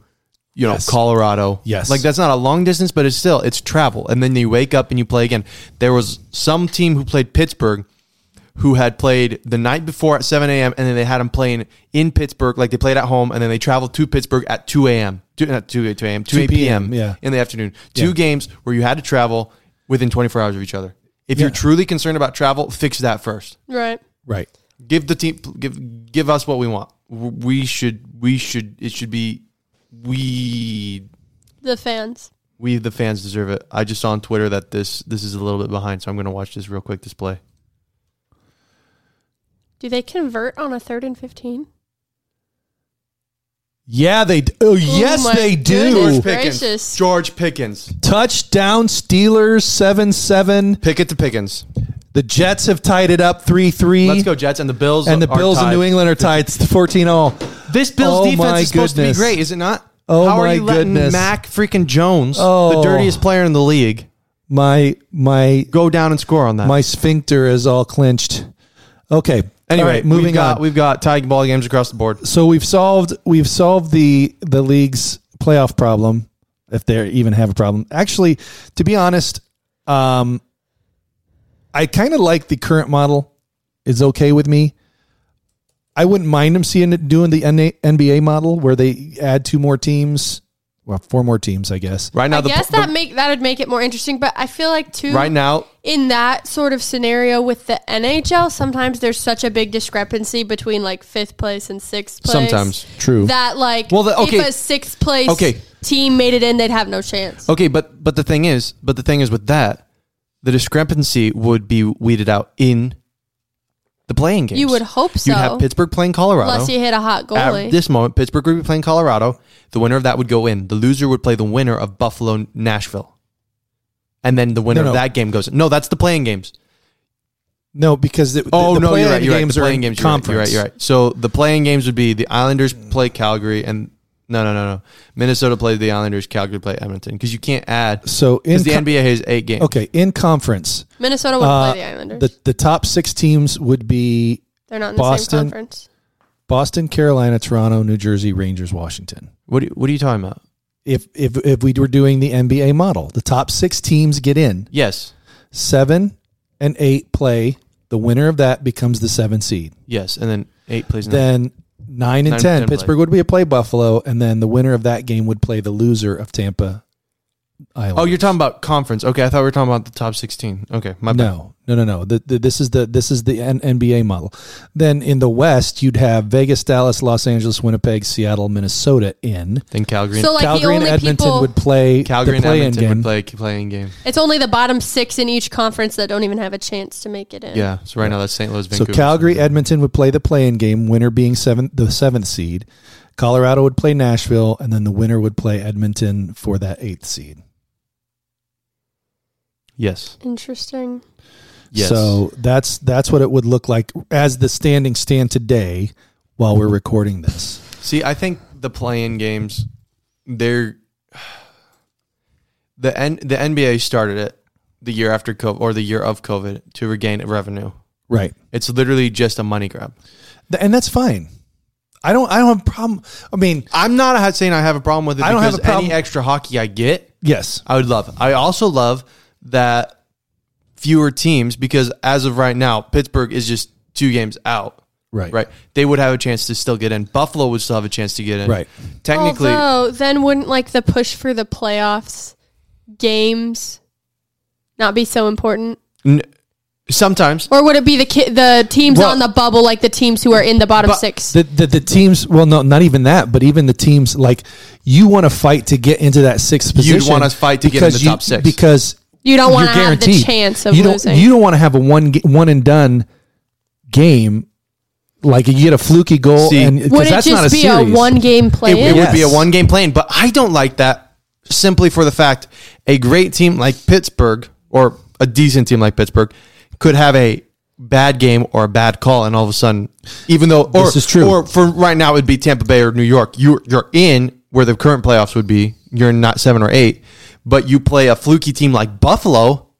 Speaker 2: you know Colorado.
Speaker 1: Yes.
Speaker 2: like that's not a long distance, but it's still it's travel. And then you wake up and you play again. There was some team who played Pittsburgh who had played the night before at 7 a.m. and then they had them playing in Pittsburgh, like they played at home, and then they traveled to Pittsburgh at 2 a.m. Two, not 2 2 a.m. 2,
Speaker 1: 2
Speaker 2: p.m.
Speaker 1: yeah.
Speaker 2: in the afternoon. Two
Speaker 1: Yeah.
Speaker 2: games where you had to travel within 24 hours of each other. If you're
Speaker 1: Yeah.
Speaker 2: truly concerned about travel, fix that first.
Speaker 3: right.
Speaker 1: Right.
Speaker 2: Give the team, give give us what we want. We should, we should, it should be, we
Speaker 3: The fans.
Speaker 2: we the fans deserve it. I just saw on Twitter that this this is a little bit behind, so I'm going to watch this real quick. This play.
Speaker 3: Do they convert on a third and fifteen?
Speaker 1: Yeah, they. d- Oh, yes,
Speaker 3: my
Speaker 1: they do.
Speaker 2: George
Speaker 3: goodness.
Speaker 2: Pickens.
Speaker 3: Gracious.
Speaker 2: George Pickens.
Speaker 1: Touchdown Steelers seven seven.
Speaker 2: Pickett to Pickens.
Speaker 1: The Jets have tied it up three three.
Speaker 2: Let's go Jets and the Bills.
Speaker 1: And the
Speaker 2: are
Speaker 1: Bills in
Speaker 2: tied.
Speaker 1: New England are tied 14 0.
Speaker 2: This Bills
Speaker 1: Oh my
Speaker 2: defense is supposed
Speaker 1: goodness.
Speaker 2: to be great, is it not?
Speaker 1: Oh
Speaker 2: How
Speaker 1: my
Speaker 2: are you letting
Speaker 1: goodness.
Speaker 2: Mac freaking Jones,
Speaker 1: Oh.
Speaker 2: the dirtiest player in the league,
Speaker 1: My my
Speaker 2: go down and score on that?
Speaker 1: my sphincter is all clenched. Okay.
Speaker 2: anyway,
Speaker 1: All right, moving
Speaker 2: we've got,
Speaker 1: on.
Speaker 2: We've got tying ball games across the board.
Speaker 1: so we've solved we've solved the the league's playoff problem if they even have a problem. Actually, to be honest, um I kind of like the current model. It's okay with me. I wouldn't mind them seeing it doing the NA NBA model where they add two more teams, well, four more teams, I guess.
Speaker 2: Right now,
Speaker 3: I
Speaker 2: the,
Speaker 3: guess
Speaker 2: the-
Speaker 3: that make that would make it more interesting, but I feel like too
Speaker 2: right now
Speaker 3: in that sort of scenario with the NHL, sometimes there's such a big discrepancy between like fifth place and sixth place.
Speaker 2: Sometimes.
Speaker 1: True.
Speaker 3: That like
Speaker 2: Well, the- okay.
Speaker 3: if a sixth place
Speaker 2: Okay.
Speaker 3: team made it in, they'd have no chance.
Speaker 2: Okay, but but the thing is, but the thing is with that, the discrepancy would be weeded out in the playing games.
Speaker 3: You would hope so.
Speaker 2: You'd have Pittsburgh playing Colorado.
Speaker 3: Unless you hit a hot goalie.
Speaker 2: At this moment, Pittsburgh would be playing Colorado. The winner of that would go in. The loser would play the winner of Buffalo Nashville, and then the winner
Speaker 1: No, no.
Speaker 2: of that game goes. No, that's the playing games.
Speaker 1: No, because it,
Speaker 2: Oh
Speaker 1: the, the
Speaker 2: no, you're
Speaker 1: play-in
Speaker 2: right. You're
Speaker 1: games
Speaker 2: right.
Speaker 1: are
Speaker 2: The playing
Speaker 1: in
Speaker 2: games. You're right,
Speaker 1: conference.
Speaker 2: you're right. You're right. So the playing games would be the Islanders play Calgary, and no, no, no, no. Minnesota play the Islanders. Calgary play Edmonton because you can't add.
Speaker 1: So in
Speaker 2: Because the
Speaker 1: co-
Speaker 2: NBA has eight games.
Speaker 1: Okay, in conference,
Speaker 3: Minnesota would
Speaker 1: uh,
Speaker 3: play the Islanders.
Speaker 1: the the top six teams would be
Speaker 3: They're not in the
Speaker 1: Boston-
Speaker 3: same conference.
Speaker 1: Boston, Carolina, Toronto, New Jersey, Rangers, Washington.
Speaker 2: What are, what are you talking about?
Speaker 1: If if if we were doing the NBA model, the top six teams get in.
Speaker 2: Yes,
Speaker 1: Seven and eight play. The winner of that becomes the seven seed.
Speaker 2: yes, and then eight plays. Then
Speaker 1: Then nine and
Speaker 2: Hmm. Nine and
Speaker 1: ten,
Speaker 2: 10 play.
Speaker 1: Pittsburgh would be a play Buffalo, and then the winner of that game would play the loser of Tampa. Island.
Speaker 2: oh, you're talking about conference. Okay, I thought we were talking about the top sixteen. Okay, my bad.
Speaker 1: No, no, no, no. The, the, this is the this is the N- NBA model. Then in the West, you'd have Vegas, Dallas, Los Angeles, Winnipeg, Seattle, Minnesota in.
Speaker 2: Then Calgary.
Speaker 3: So like the
Speaker 1: Calgary and
Speaker 3: only
Speaker 1: Edmonton
Speaker 3: people
Speaker 1: would play
Speaker 2: Calgary
Speaker 1: the
Speaker 2: and
Speaker 1: play-in
Speaker 2: Edmonton
Speaker 1: game.
Speaker 2: would play playing game.
Speaker 3: it's only the bottom six in each conference that don't even have a chance to make it in.
Speaker 2: Yeah. So right now that's St. Louis.
Speaker 1: so
Speaker 2: Vancouver.
Speaker 1: Calgary, Edmonton would play the play-in game. Winner being seventh, the seventh seed. Colorado would play Nashville, and then the winner would play Edmonton for that eighth seed.
Speaker 2: Yes.
Speaker 3: Interesting.
Speaker 2: Yes.
Speaker 1: So that's that's what it would look like as the standings stand today, while we're recording this.
Speaker 2: See, I think the play-in games, they're the N, the NBA started it the year after COVID or the year of COVID to regain revenue.
Speaker 1: Right.
Speaker 2: It's literally just a money grab.
Speaker 1: Th- and that's fine. I don't. I don't have a problem. I mean,
Speaker 2: I'm not saying I have a problem with it.
Speaker 1: I don't have
Speaker 2: because
Speaker 1: a problem-
Speaker 2: Any extra hockey I get,
Speaker 1: yes,
Speaker 2: I would love. I also love that fewer teams because as of right now, Pittsburgh is just two games out.
Speaker 1: right,
Speaker 2: Right. They would have a chance to still get in. Buffalo would still have a chance to get in.
Speaker 1: Right.
Speaker 2: Technically,
Speaker 3: Although, then wouldn't like the push for the playoffs games not be so important?
Speaker 2: n- sometimes.
Speaker 3: Or would it be the ki- the teams
Speaker 2: Well-
Speaker 3: on the bubble, like the teams who are in the bottom
Speaker 2: But
Speaker 3: six?
Speaker 1: The, the the teams. Well, no, not even that. But even the teams, like you want to fight to get into that sixth
Speaker 2: You'd
Speaker 1: position.
Speaker 2: wanna fight to get in
Speaker 1: because
Speaker 2: the
Speaker 1: you-
Speaker 2: top six.
Speaker 1: because
Speaker 3: you don't want
Speaker 1: you're
Speaker 3: to have the
Speaker 1: guaranteed.
Speaker 3: chance of
Speaker 1: you don't,
Speaker 3: losing.
Speaker 1: You don't want to have a one ge- one and done game. Like you get a fluky goal,
Speaker 2: See,
Speaker 1: and
Speaker 3: would
Speaker 1: because
Speaker 3: it
Speaker 1: that's
Speaker 3: just
Speaker 1: not a
Speaker 3: be
Speaker 1: series.
Speaker 3: a one game
Speaker 2: It,
Speaker 3: play?
Speaker 2: it
Speaker 3: in?
Speaker 2: would be a
Speaker 1: Yes.
Speaker 2: one game plan, but I don't like that simply for the fact a great team like Pittsburgh or a decent team like Pittsburgh could have a bad game or a bad call and all of a sudden even though or,
Speaker 1: This is true.
Speaker 2: or for right now it would be Tampa Bay or New York you you're in where the current playoffs would be you're in not 7 or 8 but you play a fluky team like Buffalo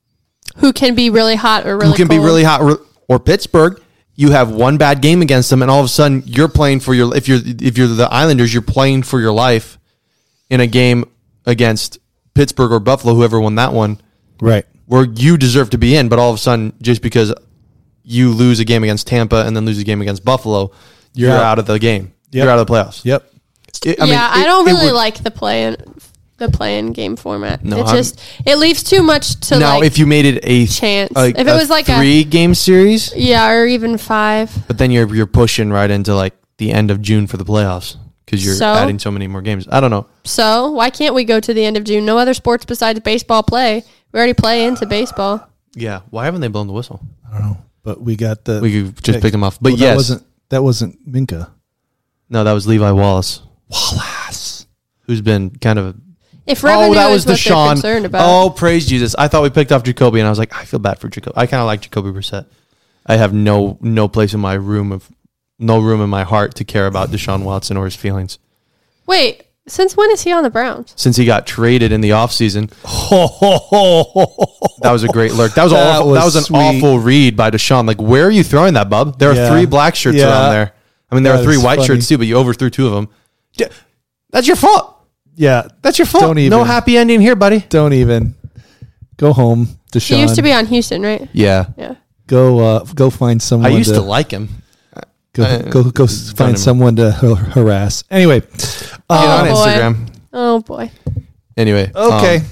Speaker 3: Who can be really hot or really
Speaker 2: who can be
Speaker 3: cold.
Speaker 2: really hot or, or Pittsburgh you have one bad game against them and all of a sudden you're playing for your if you're if you're the Islanders you're playing for your life in a game against Pittsburgh or Buffalo whoever won that one
Speaker 1: right?
Speaker 2: where you deserve to be in but all of a sudden just because you lose a game against Tampa and then lose a game against Buffalo you're
Speaker 1: Yeah.
Speaker 2: out of the game
Speaker 1: Yep.
Speaker 2: you're out of the playoffs
Speaker 1: Yep.
Speaker 2: It-
Speaker 3: yeah,
Speaker 2: mean,
Speaker 3: I
Speaker 2: it-
Speaker 3: don't
Speaker 2: it
Speaker 3: really
Speaker 2: would-
Speaker 3: like the play in the play in game format.
Speaker 2: No,
Speaker 3: it
Speaker 2: I'm-
Speaker 3: just it leaves too much to
Speaker 2: now
Speaker 3: like
Speaker 2: if you made it a
Speaker 3: chance.
Speaker 2: a-
Speaker 3: If it
Speaker 2: a
Speaker 3: was like a-
Speaker 2: three game series
Speaker 3: yeah or even five.
Speaker 2: But then you're you're pushing right into like the end of June for the playoffs because you're
Speaker 3: So?
Speaker 2: adding so many more games. I don't know.
Speaker 3: So why can't we go to the end of June? No other sports besides baseball play. We already play into baseball.
Speaker 2: Yeah, why haven't they blown the whistle?
Speaker 1: I don't know, but we got the
Speaker 2: We could just pick them off. But
Speaker 1: Well, that
Speaker 2: yes,
Speaker 1: wasn't that wasn't Minka?
Speaker 2: no, that was Levi Wallace.
Speaker 1: Wallace.
Speaker 2: who's been kind of
Speaker 3: If revenue
Speaker 2: oh, that
Speaker 3: is
Speaker 2: was
Speaker 3: what they're
Speaker 2: Deshaun.
Speaker 3: concerned about,
Speaker 2: Oh, praise Jesus! I thought we picked off Jacoby, and I was like, I feel bad for Jacoby. I kind of like Jacoby Brissett. I have no no place in my room of no room in my heart to care about Deshaun Watson or his feelings
Speaker 3: wait. Since when is he on the Browns?
Speaker 2: since he got traded in the offseason.
Speaker 1: that
Speaker 2: That was a great lurk. That was
Speaker 1: That
Speaker 2: awful, that
Speaker 1: was
Speaker 2: was an
Speaker 1: sweet.
Speaker 2: awful read by Deshaun. Like, where are you throwing that, bub? There are
Speaker 1: Yeah.
Speaker 2: three black shirts
Speaker 1: Yeah.
Speaker 2: around there. I mean, there
Speaker 1: That
Speaker 2: are three
Speaker 1: is
Speaker 2: white
Speaker 1: funny.
Speaker 2: shirts too, but you overthrew two of them. D- That's your fault.
Speaker 1: Yeah,
Speaker 2: That's your fault.
Speaker 1: Don't even.
Speaker 2: No happy ending here, buddy.
Speaker 1: Don't even. Go home, Deshaun.
Speaker 3: He used to be on Houston, right?
Speaker 2: Yeah,
Speaker 3: Yeah.
Speaker 1: Go, uh, go find someone.
Speaker 2: I used
Speaker 1: to,
Speaker 2: to like him.
Speaker 1: go, go, go, s- find
Speaker 2: even-
Speaker 1: someone to har- harass. Anyway,
Speaker 2: Get
Speaker 3: Oh,
Speaker 2: on
Speaker 3: boy.
Speaker 2: Instagram.
Speaker 3: Oh boy,
Speaker 2: Anyway.
Speaker 1: okay.
Speaker 2: um,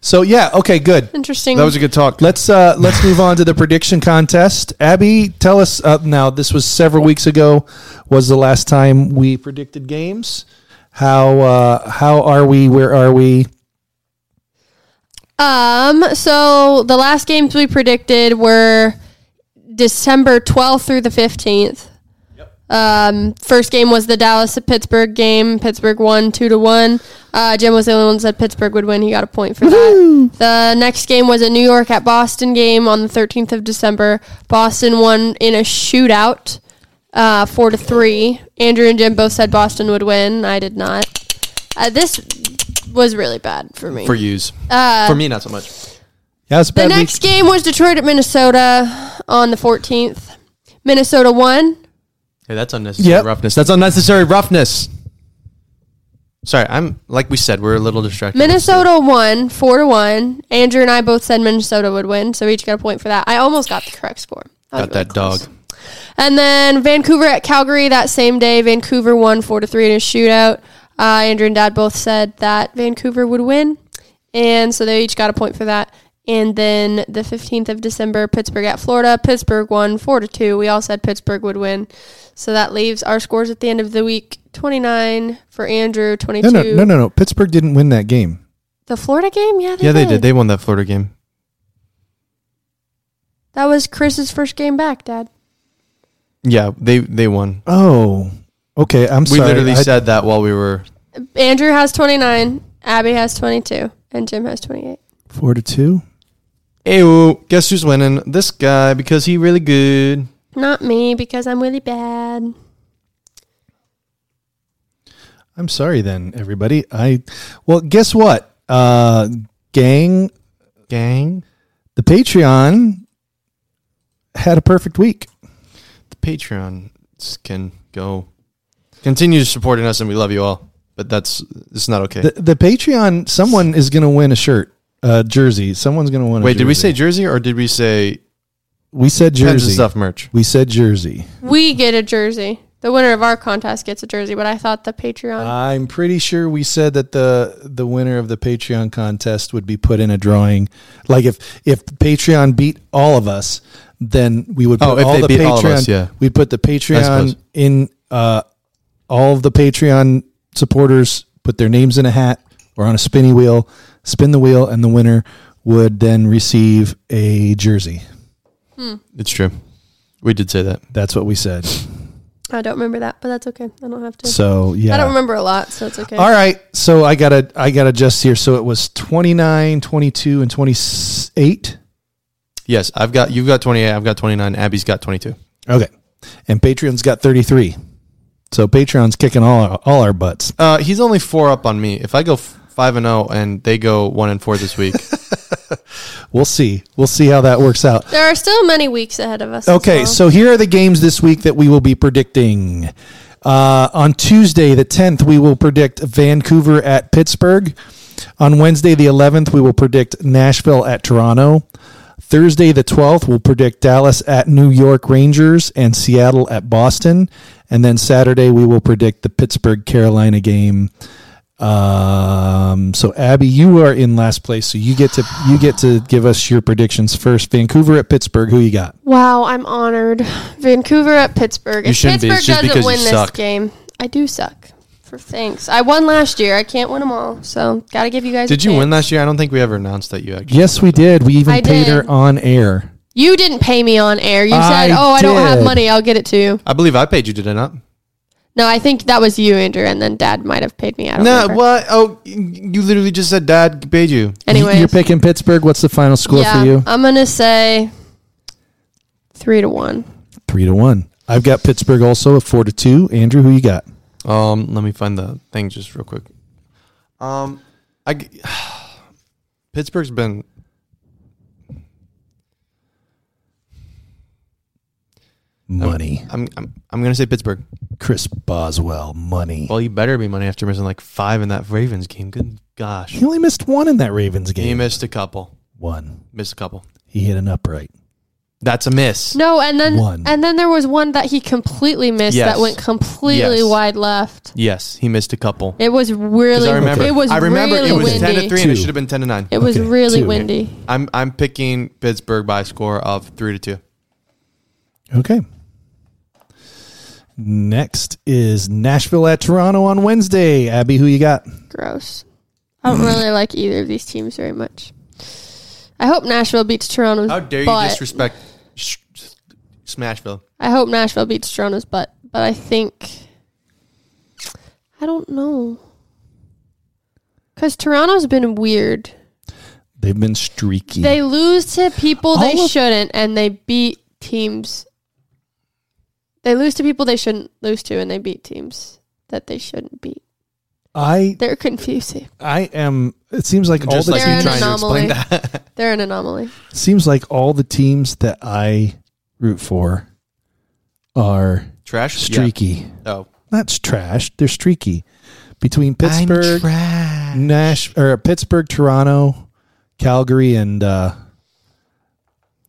Speaker 1: so yeah, okay, good.
Speaker 3: interesting.
Speaker 2: that was a good talk.
Speaker 1: Let's uh, let's move on to the prediction contest. Abby, tell us uh, now. This was several weeks ago. Was the last time we predicted games? How uh, how are we? Where are we?
Speaker 3: Um, so the last games we predicted were December 12th through the 15th. Um, first game was the Dallas Pittsburgh game. Pittsburgh won two to one. Uh, Jim was the only one that said Pittsburgh would win. He got a point for that. The next game was a New York at Boston game on the 13th of December. Boston won in a shootout, uh, four to three. Andrew and Jim both said Boston would win. I did not. Uh, this was really bad for me.
Speaker 2: For yous.
Speaker 3: Uh,
Speaker 2: For me, not so much.
Speaker 1: Yeah, it's a bad
Speaker 3: The next game was Detroit at Minnesota on the 14th. Minnesota won.
Speaker 2: Hey, that's unnecessary
Speaker 1: Yep.
Speaker 2: roughness. That's unnecessary roughness. Sorry, I'm like we said, we're a little distracted.
Speaker 3: Minnesota won four to one. Andrew and I both said Minnesota would win, so we each got a point for that. I almost got the correct score. I was
Speaker 2: got that
Speaker 3: really close.
Speaker 2: dog.
Speaker 3: And then Vancouver at Calgary that same day. Vancouver won four to three in a shootout. Uh, Andrew and Dad both said that Vancouver would win, and so they each got a point for that. And then the fifteenth of December, Pittsburgh at Florida. Pittsburgh won four to two. We all said Pittsburgh would win, so that leaves our scores at the end of the week: twenty nine for Andrew, twenty
Speaker 1: No,
Speaker 3: two.
Speaker 1: no, no, no, no. Pittsburgh didn't win that game.
Speaker 3: The Florida game, yeah, they
Speaker 2: Yeah, they
Speaker 3: did.
Speaker 2: did. They won that Florida game.
Speaker 3: that was Chris's first game back, Dad.
Speaker 2: Yeah, they they won.
Speaker 1: Oh, okay. I'm
Speaker 2: We
Speaker 1: sorry.
Speaker 2: literally
Speaker 1: I-
Speaker 2: said that while we were.
Speaker 3: Andrew has twenty nine, Abby has twenty two, and Jim has twenty eight.
Speaker 1: four to two.
Speaker 2: Hey, woo, guess who's winning? This guy because he really good.
Speaker 3: Not me, because I'm really bad.
Speaker 1: I'm sorry, then everybody. I well, guess what, uh, gang.
Speaker 2: Gang,
Speaker 1: The Patreon had a perfect week.
Speaker 2: the Patreon can go. Continue supporting us, and we love you all. But that's it's not okay.
Speaker 1: The, the Patreon, someone is going to win a shirt, a jersey. Someone's going to win. a
Speaker 2: Wait, did we
Speaker 1: jersey.
Speaker 2: say jersey or did we say
Speaker 1: we said
Speaker 2: pens and
Speaker 1: jersey?
Speaker 2: stuff merch?
Speaker 1: We said jersey.
Speaker 3: We get a jersey. The winner of our contest gets a jersey, but I thought the
Speaker 2: Uh,
Speaker 3: Patreon.
Speaker 1: I'm pretty sure we said that the the winner of the Patreon contest would be put in a drawing. Like if if Patreon beat all of us, then we would put
Speaker 2: Oh, if
Speaker 1: all
Speaker 2: they
Speaker 1: the
Speaker 2: beat
Speaker 1: Patreon.
Speaker 2: all of us, yeah.
Speaker 1: we put the Patreon
Speaker 2: suppose.
Speaker 1: in uh, all of the Patreon supporters put their names in a hat or on a spinny wheel, spin the wheel, and the winner would then receive a jersey.
Speaker 2: It's true. We did say that.
Speaker 1: That's what we said.
Speaker 3: I don't remember that, but that's okay. I don't have to.
Speaker 1: So yeah,
Speaker 3: I don't remember a lot, so it's okay.
Speaker 1: All right. So I got to I got to adjust here. So it was 29, 22 and 28.
Speaker 2: Yes, I've got you've got 28, I've got 29, Abby's got 22.
Speaker 1: Okay. And Patreon's got 33. So Patreon's kicking all all our butts.
Speaker 2: Uh, he's only 4 up on me. If I go f- 5 and 0 and they go 1 and 4 this week.
Speaker 1: We'll see. We'll see how that works out.
Speaker 3: There are still many weeks ahead of us. as
Speaker 1: Okay,
Speaker 3: well.
Speaker 1: so here are the games this week that we will be predicting. Uh, on Tuesday, the 10th, we will predict Vancouver at Pittsburgh. On Wednesday, the 11th, we will predict Nashville at Toronto. Thursday, the 12th, we'll predict Dallas at New York Rangers and Seattle at Boston. And then Saturday, we will predict the Pittsburgh Carolina game. Um, so Abby, you are in last place, so you get to you get to give us your predictions first. Vancouver at Pittsburgh, who you got?
Speaker 3: wow, I'm honored. Vancouver at Pittsburgh.
Speaker 2: You
Speaker 3: If
Speaker 2: shouldn't be.
Speaker 3: Pittsburgh
Speaker 2: It's just
Speaker 3: doesn't
Speaker 2: because you
Speaker 3: win this
Speaker 2: suck.
Speaker 3: game, I do suck. For thanks, I won last year. I can't win them all, so gotta give you guys.
Speaker 2: did
Speaker 3: a
Speaker 2: you
Speaker 3: chance.
Speaker 2: win last year? I don't think we ever announced that you actually.
Speaker 1: Yes, we did. We even
Speaker 3: I
Speaker 1: paid her
Speaker 3: did.
Speaker 1: on air.
Speaker 3: You didn't pay me on air. You said,
Speaker 1: I
Speaker 3: "Oh, I don't have
Speaker 1: did.
Speaker 3: money. I'll get it to you."
Speaker 2: I believe I paid you, did I not?
Speaker 3: No, I think that was you, Andrew, and then Dad might have paid me. I don't
Speaker 2: No,
Speaker 3: remember.
Speaker 2: what? Oh, you literally just said dad paid you.
Speaker 3: Anyways,
Speaker 1: You're picking Pittsburgh. What's the final score
Speaker 3: yeah,
Speaker 1: for you?
Speaker 3: I'm gonna say three to one.
Speaker 1: Three to one. I've got Pittsburgh also at four to two. Andrew, who you got?
Speaker 2: Um, let me find the thing just real quick. Um, I g- Pittsburgh's been.
Speaker 1: Money.
Speaker 2: I'm I'm, I'm gonna say Pittsburgh.
Speaker 1: Chris Boswell. Money.
Speaker 2: Well, you better be money after missing like five in that Ravens game. Good gosh,
Speaker 1: He only missed one in that Ravens game.
Speaker 2: he missed a couple.
Speaker 1: one.
Speaker 2: Missed a couple.
Speaker 1: He hit an upright.
Speaker 2: That's a miss.
Speaker 3: No, and then
Speaker 1: One.
Speaker 3: and then there was one that he completely missed
Speaker 2: Yes.
Speaker 3: that went completely
Speaker 2: Yes.
Speaker 3: wide left.
Speaker 2: Yes, he missed a couple.
Speaker 3: It was really.
Speaker 2: Because I remember.
Speaker 3: It was.
Speaker 2: I remember
Speaker 3: really
Speaker 2: it was
Speaker 3: windy.
Speaker 2: ten to three, and it
Speaker 1: Two.
Speaker 2: should have been ten to nine.
Speaker 3: It was
Speaker 1: Okay,
Speaker 3: really
Speaker 1: two.
Speaker 3: windy.
Speaker 2: I'm I'm picking Pittsburgh by a score of three to two.
Speaker 1: Okay. Next is Nashville at Toronto on Wednesday. Abby, who you got?
Speaker 3: Gross. I don't really like either of these teams very much. I hope Nashville beats Toronto's.
Speaker 2: How dare you
Speaker 3: butt.
Speaker 2: disrespect sh- Smashville?
Speaker 3: I hope Nashville beats Toronto's butt, but I think I don't know because Toronto's been weird.
Speaker 1: They've been streaky.
Speaker 3: They lose to people they
Speaker 1: All of-
Speaker 3: shouldn't, and they beat teams. They lose to people they shouldn't lose to, and they beat teams that they shouldn't beat.
Speaker 1: I
Speaker 3: They're confusing.
Speaker 1: I am it seems like all
Speaker 2: Just
Speaker 1: the
Speaker 2: like
Speaker 3: They're
Speaker 2: you
Speaker 3: an
Speaker 1: teams
Speaker 2: trying to explain
Speaker 3: anomaly.
Speaker 2: that.
Speaker 3: They're an anomaly.
Speaker 1: seems like all the teams that I root for are
Speaker 2: Trash
Speaker 1: streaky.
Speaker 2: Yeah. Oh,
Speaker 1: That's trash. They're streaky. Between Pittsburgh, Nash or Pittsburgh, Toronto, Calgary, and uh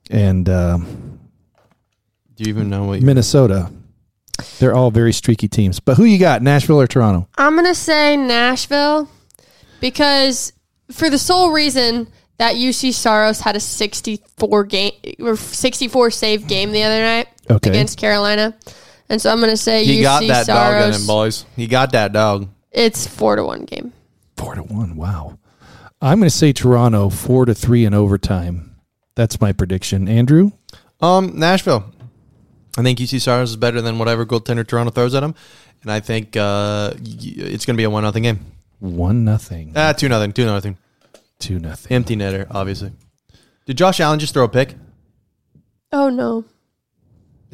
Speaker 1: and um,
Speaker 2: do you even know what? You-
Speaker 1: Minnesota. They're all very streaky teams. But who you got? Nashville or Toronto?
Speaker 3: I'm gonna say Nashville because for the sole reason that UC Saros had a 64 game or 64 save game the other night
Speaker 1: Okay.
Speaker 3: against Carolina, and so I'm gonna say
Speaker 2: he
Speaker 3: UC
Speaker 2: got that dog in
Speaker 3: Saros.
Speaker 2: him, boys. He got that dog.
Speaker 3: it's four to one game.
Speaker 1: Four to one. Wow. I'm going to say Toronto four to three in overtime. That's my prediction. Andrew,
Speaker 2: Um, Nashville. I think UC Saros is better than whatever goaltender Toronto throws at him, and I think uh, y- it's going to be a one nothing game.
Speaker 1: one nothing,
Speaker 2: Ah, two nothing, two nothing.
Speaker 1: two nothing.
Speaker 2: Empty netter, obviously. Did Josh Allen just throw a pick?
Speaker 3: Oh no,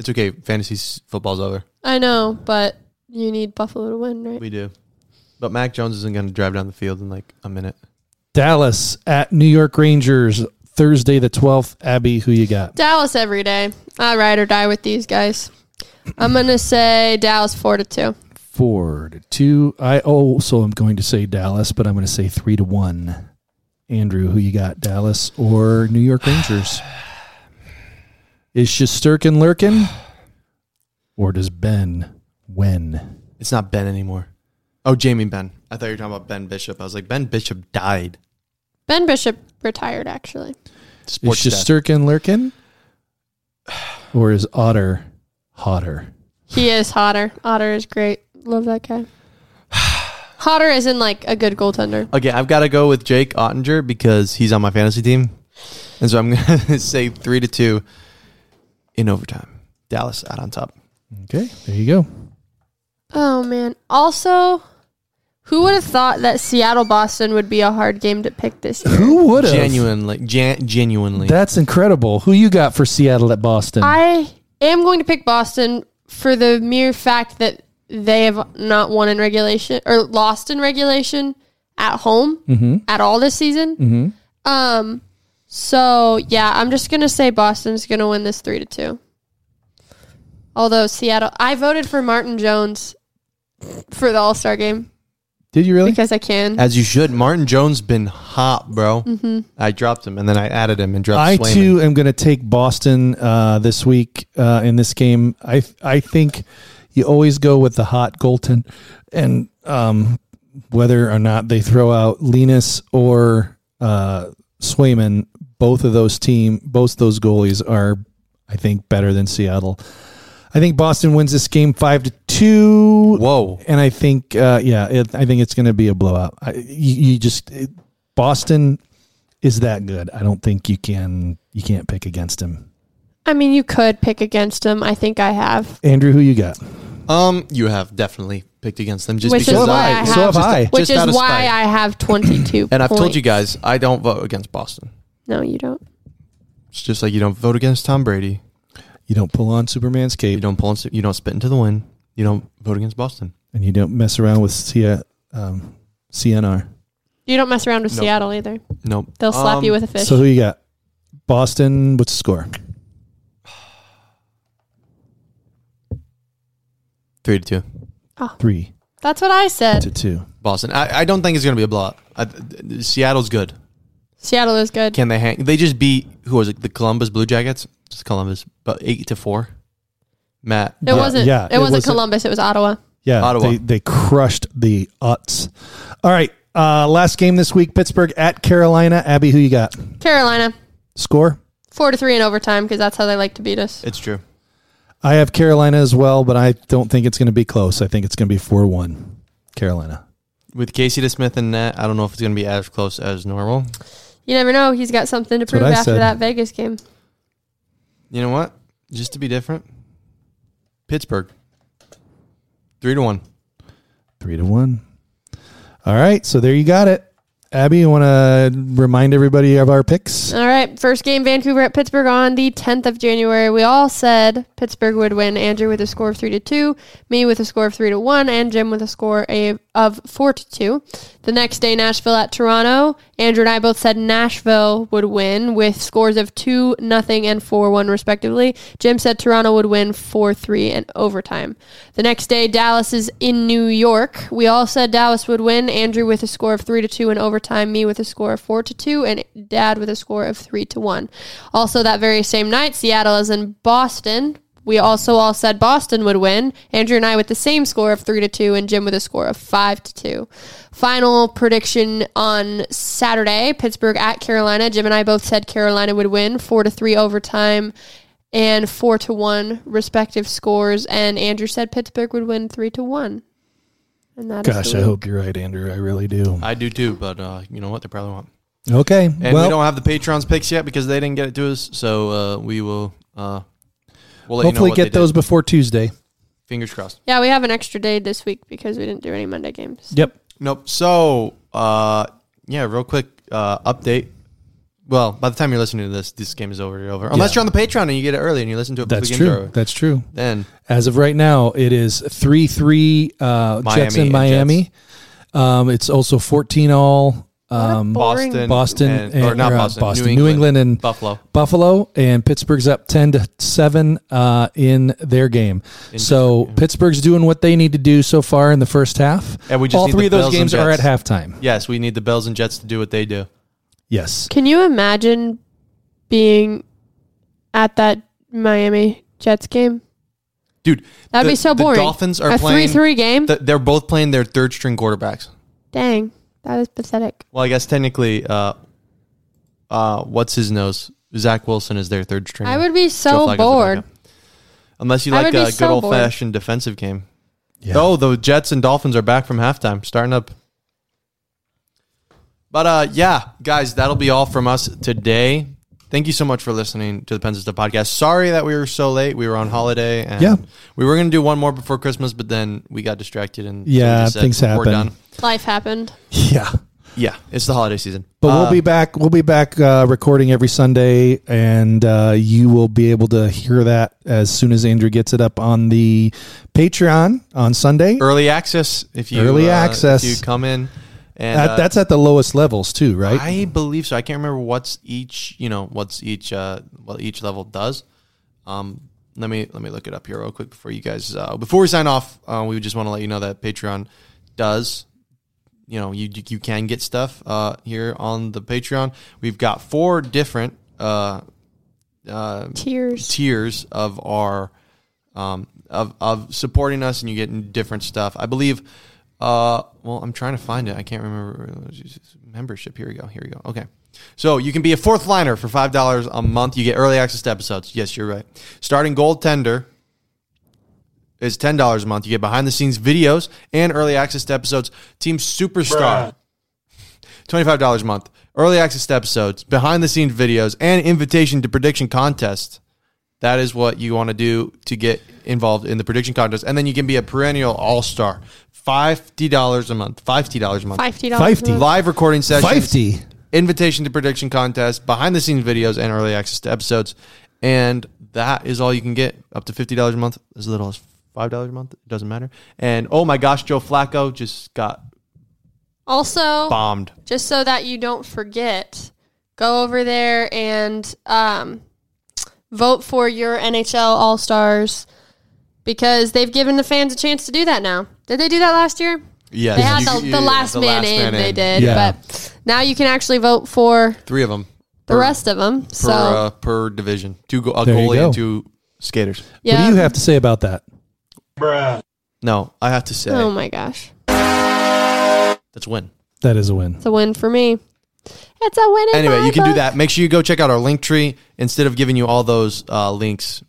Speaker 2: It's okay. Fantasy s- football's over.
Speaker 3: I know, but you need Buffalo to win, right?
Speaker 2: We do. But Mac Jones isn't going to drive down the field in like a minute.
Speaker 1: Dallas at New York Rangers Thursday the twelfth. Abby, who you got?
Speaker 3: Dallas every day. I ride or die with these guys. I'm gonna say Dallas four to two.
Speaker 1: Four to two. I also am going to say Dallas, but I'm going to say three to one. Andrew, who you got? Dallas or New York Rangers? Is Shusterkin lurking, or does Ben win?
Speaker 2: It's not Ben anymore. Oh, Jamie Ben. I thought you were talking about Ben Bishop. I was like, Ben Bishop died.
Speaker 3: Ben Bishop retired actually.
Speaker 2: Sports
Speaker 1: is
Speaker 2: death.
Speaker 1: Shisterkin lurking? Or is Otter hotter?
Speaker 3: He is hotter. Otter is great. Love that guy. Hotter isn't like a good goaltender.
Speaker 2: Okay, I've got to go with Jake Ottinger because he's on my fantasy team, and so I'm going to say three to two in overtime. Dallas out on top.
Speaker 1: Okay, there you go.
Speaker 3: Oh man. Also, who would have thought that Seattle Boston would be a hard game to pick this year?
Speaker 1: Who would have?
Speaker 2: Genuinely, gen- genuinely.
Speaker 1: That's incredible. Who you got for Seattle at Boston?
Speaker 3: I am going to pick Boston for the mere fact that they have not won in regulation or lost in regulation at home
Speaker 2: Mm-hmm.
Speaker 3: at all this season. Um so yeah, I'm just gonna say Boston's gonna win this three to two. Although Seattle I voted for Martin Jones for the All Star game
Speaker 1: Did you really?
Speaker 3: because I can.
Speaker 2: As you should. Martin Jones been hot, bro.
Speaker 3: Mm-hmm.
Speaker 2: I dropped him and then I added him and dropped.
Speaker 1: I
Speaker 2: Swayman.
Speaker 1: too am going to take Boston uh, this week uh, in this game. I I think you always go with the hot Golden, and um, whether or not they throw out Linus or uh, Swayman, both of those team, both those goalies are, I think, better than Seattle. I think Boston wins this game five to two.
Speaker 2: Whoa.
Speaker 1: And I think, uh, yeah, it, I think it's going to be a blowout. I, you, you just it, Boston is that good. I don't think you can you can't pick against him.
Speaker 3: I mean you could pick against him. I think I have.
Speaker 1: Andrew, who you got?
Speaker 2: Um, you have definitely picked against them just
Speaker 3: Which is
Speaker 2: because
Speaker 3: why I
Speaker 2: I,
Speaker 3: have,
Speaker 1: So have I.
Speaker 3: which
Speaker 2: Just out
Speaker 3: is
Speaker 2: of
Speaker 3: why
Speaker 2: spite.
Speaker 3: I have 22
Speaker 2: and I've told
Speaker 3: points.
Speaker 2: you guys I don't vote against Boston.
Speaker 3: No, you don't.
Speaker 2: It's just like you don't vote against Tom Brady.
Speaker 1: You don't pull on Superman's
Speaker 2: You
Speaker 1: cape,
Speaker 2: don't pull. You don't spit into the wind. You don't vote against Boston.
Speaker 1: and you don't mess around with C- um, CNR.
Speaker 3: You don't mess around with
Speaker 2: No.
Speaker 3: Seattle either.
Speaker 2: Nope.
Speaker 3: They'll slap
Speaker 2: Um,
Speaker 3: you with a fish.
Speaker 1: So who you got? Boston. What's the score?
Speaker 2: three to two.
Speaker 1: Three
Speaker 3: That's what I
Speaker 1: to
Speaker 3: said.
Speaker 1: two.
Speaker 2: Boston. I, I don't think it's going to be a blowout. I, Seattle's good.
Speaker 3: Seattle is good.
Speaker 2: Can they hang? They just beat who was it? The Columbus Blue Jackets. It's Columbus, but eight to four. Matt,
Speaker 3: It wasn't.
Speaker 1: yeah,
Speaker 3: it,
Speaker 1: it
Speaker 3: wasn't
Speaker 1: wasn't-
Speaker 3: Columbus. It was Ottawa.
Speaker 1: Yeah,
Speaker 2: Ottawa.
Speaker 1: They, they crushed the Uts. All right, uh, last game this week: Pittsburgh at Carolina. Abby, who you got?
Speaker 3: Carolina
Speaker 1: Score?
Speaker 3: four to three in overtime because that's how they like to beat us.
Speaker 2: it's true.
Speaker 1: I have Carolina as well, but I don't think it's going to be close. I think it's going to be four-one. Carolina.
Speaker 2: With Casey to Smith and that, I don't know if it's going to be as close as normal.
Speaker 3: You never know. He's got something to
Speaker 1: what
Speaker 3: prove
Speaker 1: I
Speaker 3: after
Speaker 1: said.
Speaker 3: that Vegas game.
Speaker 2: You know what? Just to be different, Pittsburgh. Three to one.
Speaker 1: Three to one. All right, so there you got it. Abby, you want to remind everybody of our picks?
Speaker 3: All right, first game Vancouver at Pittsburgh on the 10th of January. We all said Pittsburgh would win. Andrew with a score of three to two, me with a score of three to one, and Jim with a score a- of four to two. The next day, Nashville at Toronto. Andrew and I both said Nashville would win with scores of two nothing and four one respectively. Jim said Toronto would win four three and overtime. The next day, Dallas is in New York. We all said Dallas would win. Andrew with a score of three to two in overtime. Me with a score of four to two, and Dad with a score of three to one. Also, that very same night, Seattle is in Boston. We also all said Boston would win. Andrew and I with the same score of three to two, and Jim with a score of five to two. Final prediction on Saturday: Pittsburgh at Carolina. Jim and I both said Carolina would win four to three overtime and four to one respective scores. And Andrew said Pittsburgh would win three to one. And that is
Speaker 1: Gosh,
Speaker 3: the
Speaker 1: I
Speaker 3: week.
Speaker 1: hope you're right, Andrew. I really do.
Speaker 2: I do too, but uh, you know what? They probably won't.
Speaker 1: Okay.
Speaker 2: And
Speaker 1: well,
Speaker 2: we don't have the Patreon's picks yet because they didn't get it to us. So uh, we will. Uh, we'll let
Speaker 1: hopefully
Speaker 2: you know what
Speaker 1: get
Speaker 2: they did.
Speaker 1: those before Tuesday.
Speaker 2: Fingers crossed.
Speaker 3: Yeah, we have an extra day this week because we didn't do any Monday games.
Speaker 1: Yep.
Speaker 2: Nope. So, uh, yeah, real quick uh, update. Well, by the time you're listening to this, this game is already over. Unless
Speaker 1: Yeah.
Speaker 2: you're on the Patreon and you get it early and you listen to it. before
Speaker 1: That's
Speaker 2: the game's
Speaker 1: true.
Speaker 2: over.
Speaker 1: That's true.
Speaker 2: Then
Speaker 1: As of right now, it is 3 3 uh, Jets
Speaker 2: Miami
Speaker 1: in
Speaker 2: and
Speaker 1: Miami. Um, it's also 14 all um,
Speaker 3: Boring.
Speaker 2: Boston,
Speaker 1: Boston
Speaker 2: and,
Speaker 1: and-
Speaker 2: or not
Speaker 1: or, uh,
Speaker 2: Boston,
Speaker 1: Boston, New England and-
Speaker 2: Buffalo.
Speaker 1: Buffalo, and Pittsburgh's up 10 to 7 uh, in their game. so Pittsburgh's doing what they need to do so far in the first half.
Speaker 2: And we just
Speaker 1: all
Speaker 2: need
Speaker 1: three
Speaker 2: the
Speaker 1: of those
Speaker 2: Bills and
Speaker 1: games are at
Speaker 2: Jets.
Speaker 1: halftime.
Speaker 2: Yes, we need the Bills and Jets to do what they do.
Speaker 1: Yes.
Speaker 3: Can you imagine being at that Miami Jets game?
Speaker 2: Dude,
Speaker 3: That'd
Speaker 2: the-
Speaker 3: be so boring.
Speaker 2: The Dolphins are
Speaker 3: a
Speaker 2: playing.
Speaker 3: three-three game.
Speaker 2: th- they're both playing their third string quarterbacks.
Speaker 3: Dang, that is pathetic.
Speaker 2: Well, I guess technically, uh, uh, what's his nose? Zach Wilson is their third string.
Speaker 3: I would be
Speaker 2: Joe
Speaker 3: so
Speaker 2: Flacco's the
Speaker 3: bored.
Speaker 2: backup. Unless you
Speaker 3: I
Speaker 2: like a
Speaker 3: would be
Speaker 2: good
Speaker 3: so bored.
Speaker 2: old fashioned defensive game.
Speaker 1: Yeah.
Speaker 2: Oh, the Jets and Dolphins are back from halftime, starting up. But uh, yeah, guys, that'll be all from us today. Thank you so much for listening to the Pens and Stuff podcast. Sorry that we were so late. We were on holiday, and
Speaker 1: Yeah.
Speaker 2: we were going to do one more before Christmas, but then we got distracted and so we
Speaker 1: Yeah,
Speaker 2: just said,
Speaker 1: things
Speaker 2: We're
Speaker 1: happen.
Speaker 2: done.
Speaker 3: Life happened.
Speaker 1: Yeah.
Speaker 2: Yeah, it's the holiday season.
Speaker 1: But
Speaker 2: Uh,
Speaker 1: we'll be back. We'll be back uh, recording every Sunday, and uh, you will be able to hear that as soon as Andrew gets it up on the Patreon on Sunday.
Speaker 2: early access if you
Speaker 1: Early
Speaker 2: uh,
Speaker 1: access.
Speaker 2: if you come in and
Speaker 1: At-
Speaker 2: uh,
Speaker 1: that's at the lowest levels too, right?
Speaker 2: I believe so. I can't remember what's each, you know, what's each, uh, what each level does. Um, let me let me look it up here real quick before you guys. Uh, before we sign off, uh, we just want to let you know that Patreon does, you know, you you can get stuff uh, here on the Patreon. We've got four different uh, uh,
Speaker 3: Tears.
Speaker 2: tiers of our um, of of supporting us, and you get different stuff. I believe. Uh, well, I'm trying to find it. I can't remember membership. Here we go. Here we go. Okay. So you can be a fourth liner for five dollars a month. You get early access to episodes. Yes, you're right. Starting goaltender is ten dollars a month. You get behind the scenes videos and early access to episodes. Team superstar. $25 a month, early access to episodes, behind the scenes videos, and invitation to prediction contests. That is what you want to do to get involved in the prediction contest, and then you can be a perennial all star. Fifty dollars a month. Fifty dollars a month.
Speaker 3: Fifty dollars.
Speaker 1: Fifty.
Speaker 2: Live recording sessions.
Speaker 1: 50.
Speaker 2: Invitation to prediction contest, behind the scenes videos, and early access to episodes. And that is all you can get. Up to fifty dollars a month. As little as five dollars a month. It doesn't matter. And oh my gosh, Joe Flacco just got
Speaker 3: Also,
Speaker 2: bombed.
Speaker 3: just so that you don't forget, go over there and um, vote for your NHL All Stars because they've given the fans a chance to do that now. Did they do that last year?
Speaker 2: Yes.
Speaker 3: They had
Speaker 2: You-
Speaker 3: the,
Speaker 2: you-
Speaker 3: the last man in. They did,
Speaker 1: Yeah.
Speaker 3: but now you can actually vote for
Speaker 2: Three of them
Speaker 3: the rest of them.
Speaker 2: per
Speaker 3: So
Speaker 2: uh, per division. Two go- a
Speaker 1: There you
Speaker 2: goalie
Speaker 1: go.
Speaker 2: and two skaters.
Speaker 3: yeah.
Speaker 1: What do you have to say about that?
Speaker 2: No, I have to say
Speaker 3: Oh my gosh,
Speaker 2: that's win.
Speaker 1: That is a win.
Speaker 3: it's a win for me. It's a win. in
Speaker 2: Anyway,
Speaker 3: my
Speaker 2: you can do
Speaker 3: book.
Speaker 2: that. Make sure you go check out our link tree instead of giving you all those uh, links.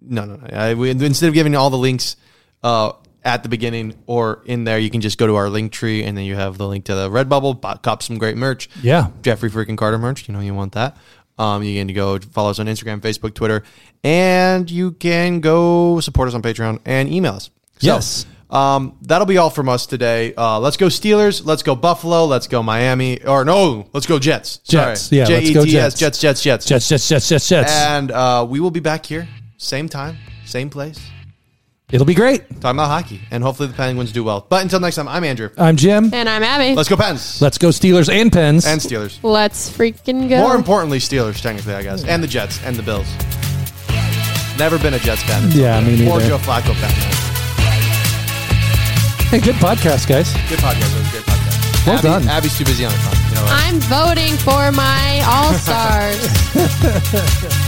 Speaker 2: No, no, no. I, we, instead of giving you all the links uh, at the beginning or in there, you can just go to our link tree and then you have the link to the Redbubble. Buy, cop some great merch.
Speaker 1: Yeah.
Speaker 2: Jeffrey freaking Carter merch. You know you want that. Um, you can go follow us on Instagram, Facebook, Twitter, and you can go support us on Patreon and email us. So,
Speaker 1: Yes.
Speaker 2: Um, that'll be all from us today. Uh, let's go Steelers. Let's go Buffalo. Let's go Miami. Or no, let's go Jets. E
Speaker 1: Jets. Yeah, let's go
Speaker 2: J-E-T-S,
Speaker 1: Jets.
Speaker 2: Jets. Jets.
Speaker 1: Jets,
Speaker 2: Jets.
Speaker 1: Jets, Jets, Jets, Jets.
Speaker 2: And uh, we will be back here, same time, same place,
Speaker 1: It'll be great.
Speaker 2: talking about hockey, and hopefully the Penguins do well. But until next time, I'm Andrew.
Speaker 1: I'm Jim.
Speaker 3: And I'm Abby. Let's,
Speaker 2: Let's go Pens
Speaker 1: Let's go Steelers and Pens.
Speaker 2: and Steelers.
Speaker 3: freaking go.
Speaker 2: More importantly, Steelers, technically, I guess, and the Jets and the Bills. Never been a Jets fan.
Speaker 1: Yeah, me
Speaker 2: Or
Speaker 1: neither.
Speaker 2: Joe Flacco fan. man.
Speaker 1: hey, good podcast, guys.
Speaker 2: Good podcast. That was a great podcast.
Speaker 1: Well
Speaker 2: Abby-
Speaker 1: done.
Speaker 2: Abby's too busy on the phone. You know what?
Speaker 3: I'm voting for my All Stars.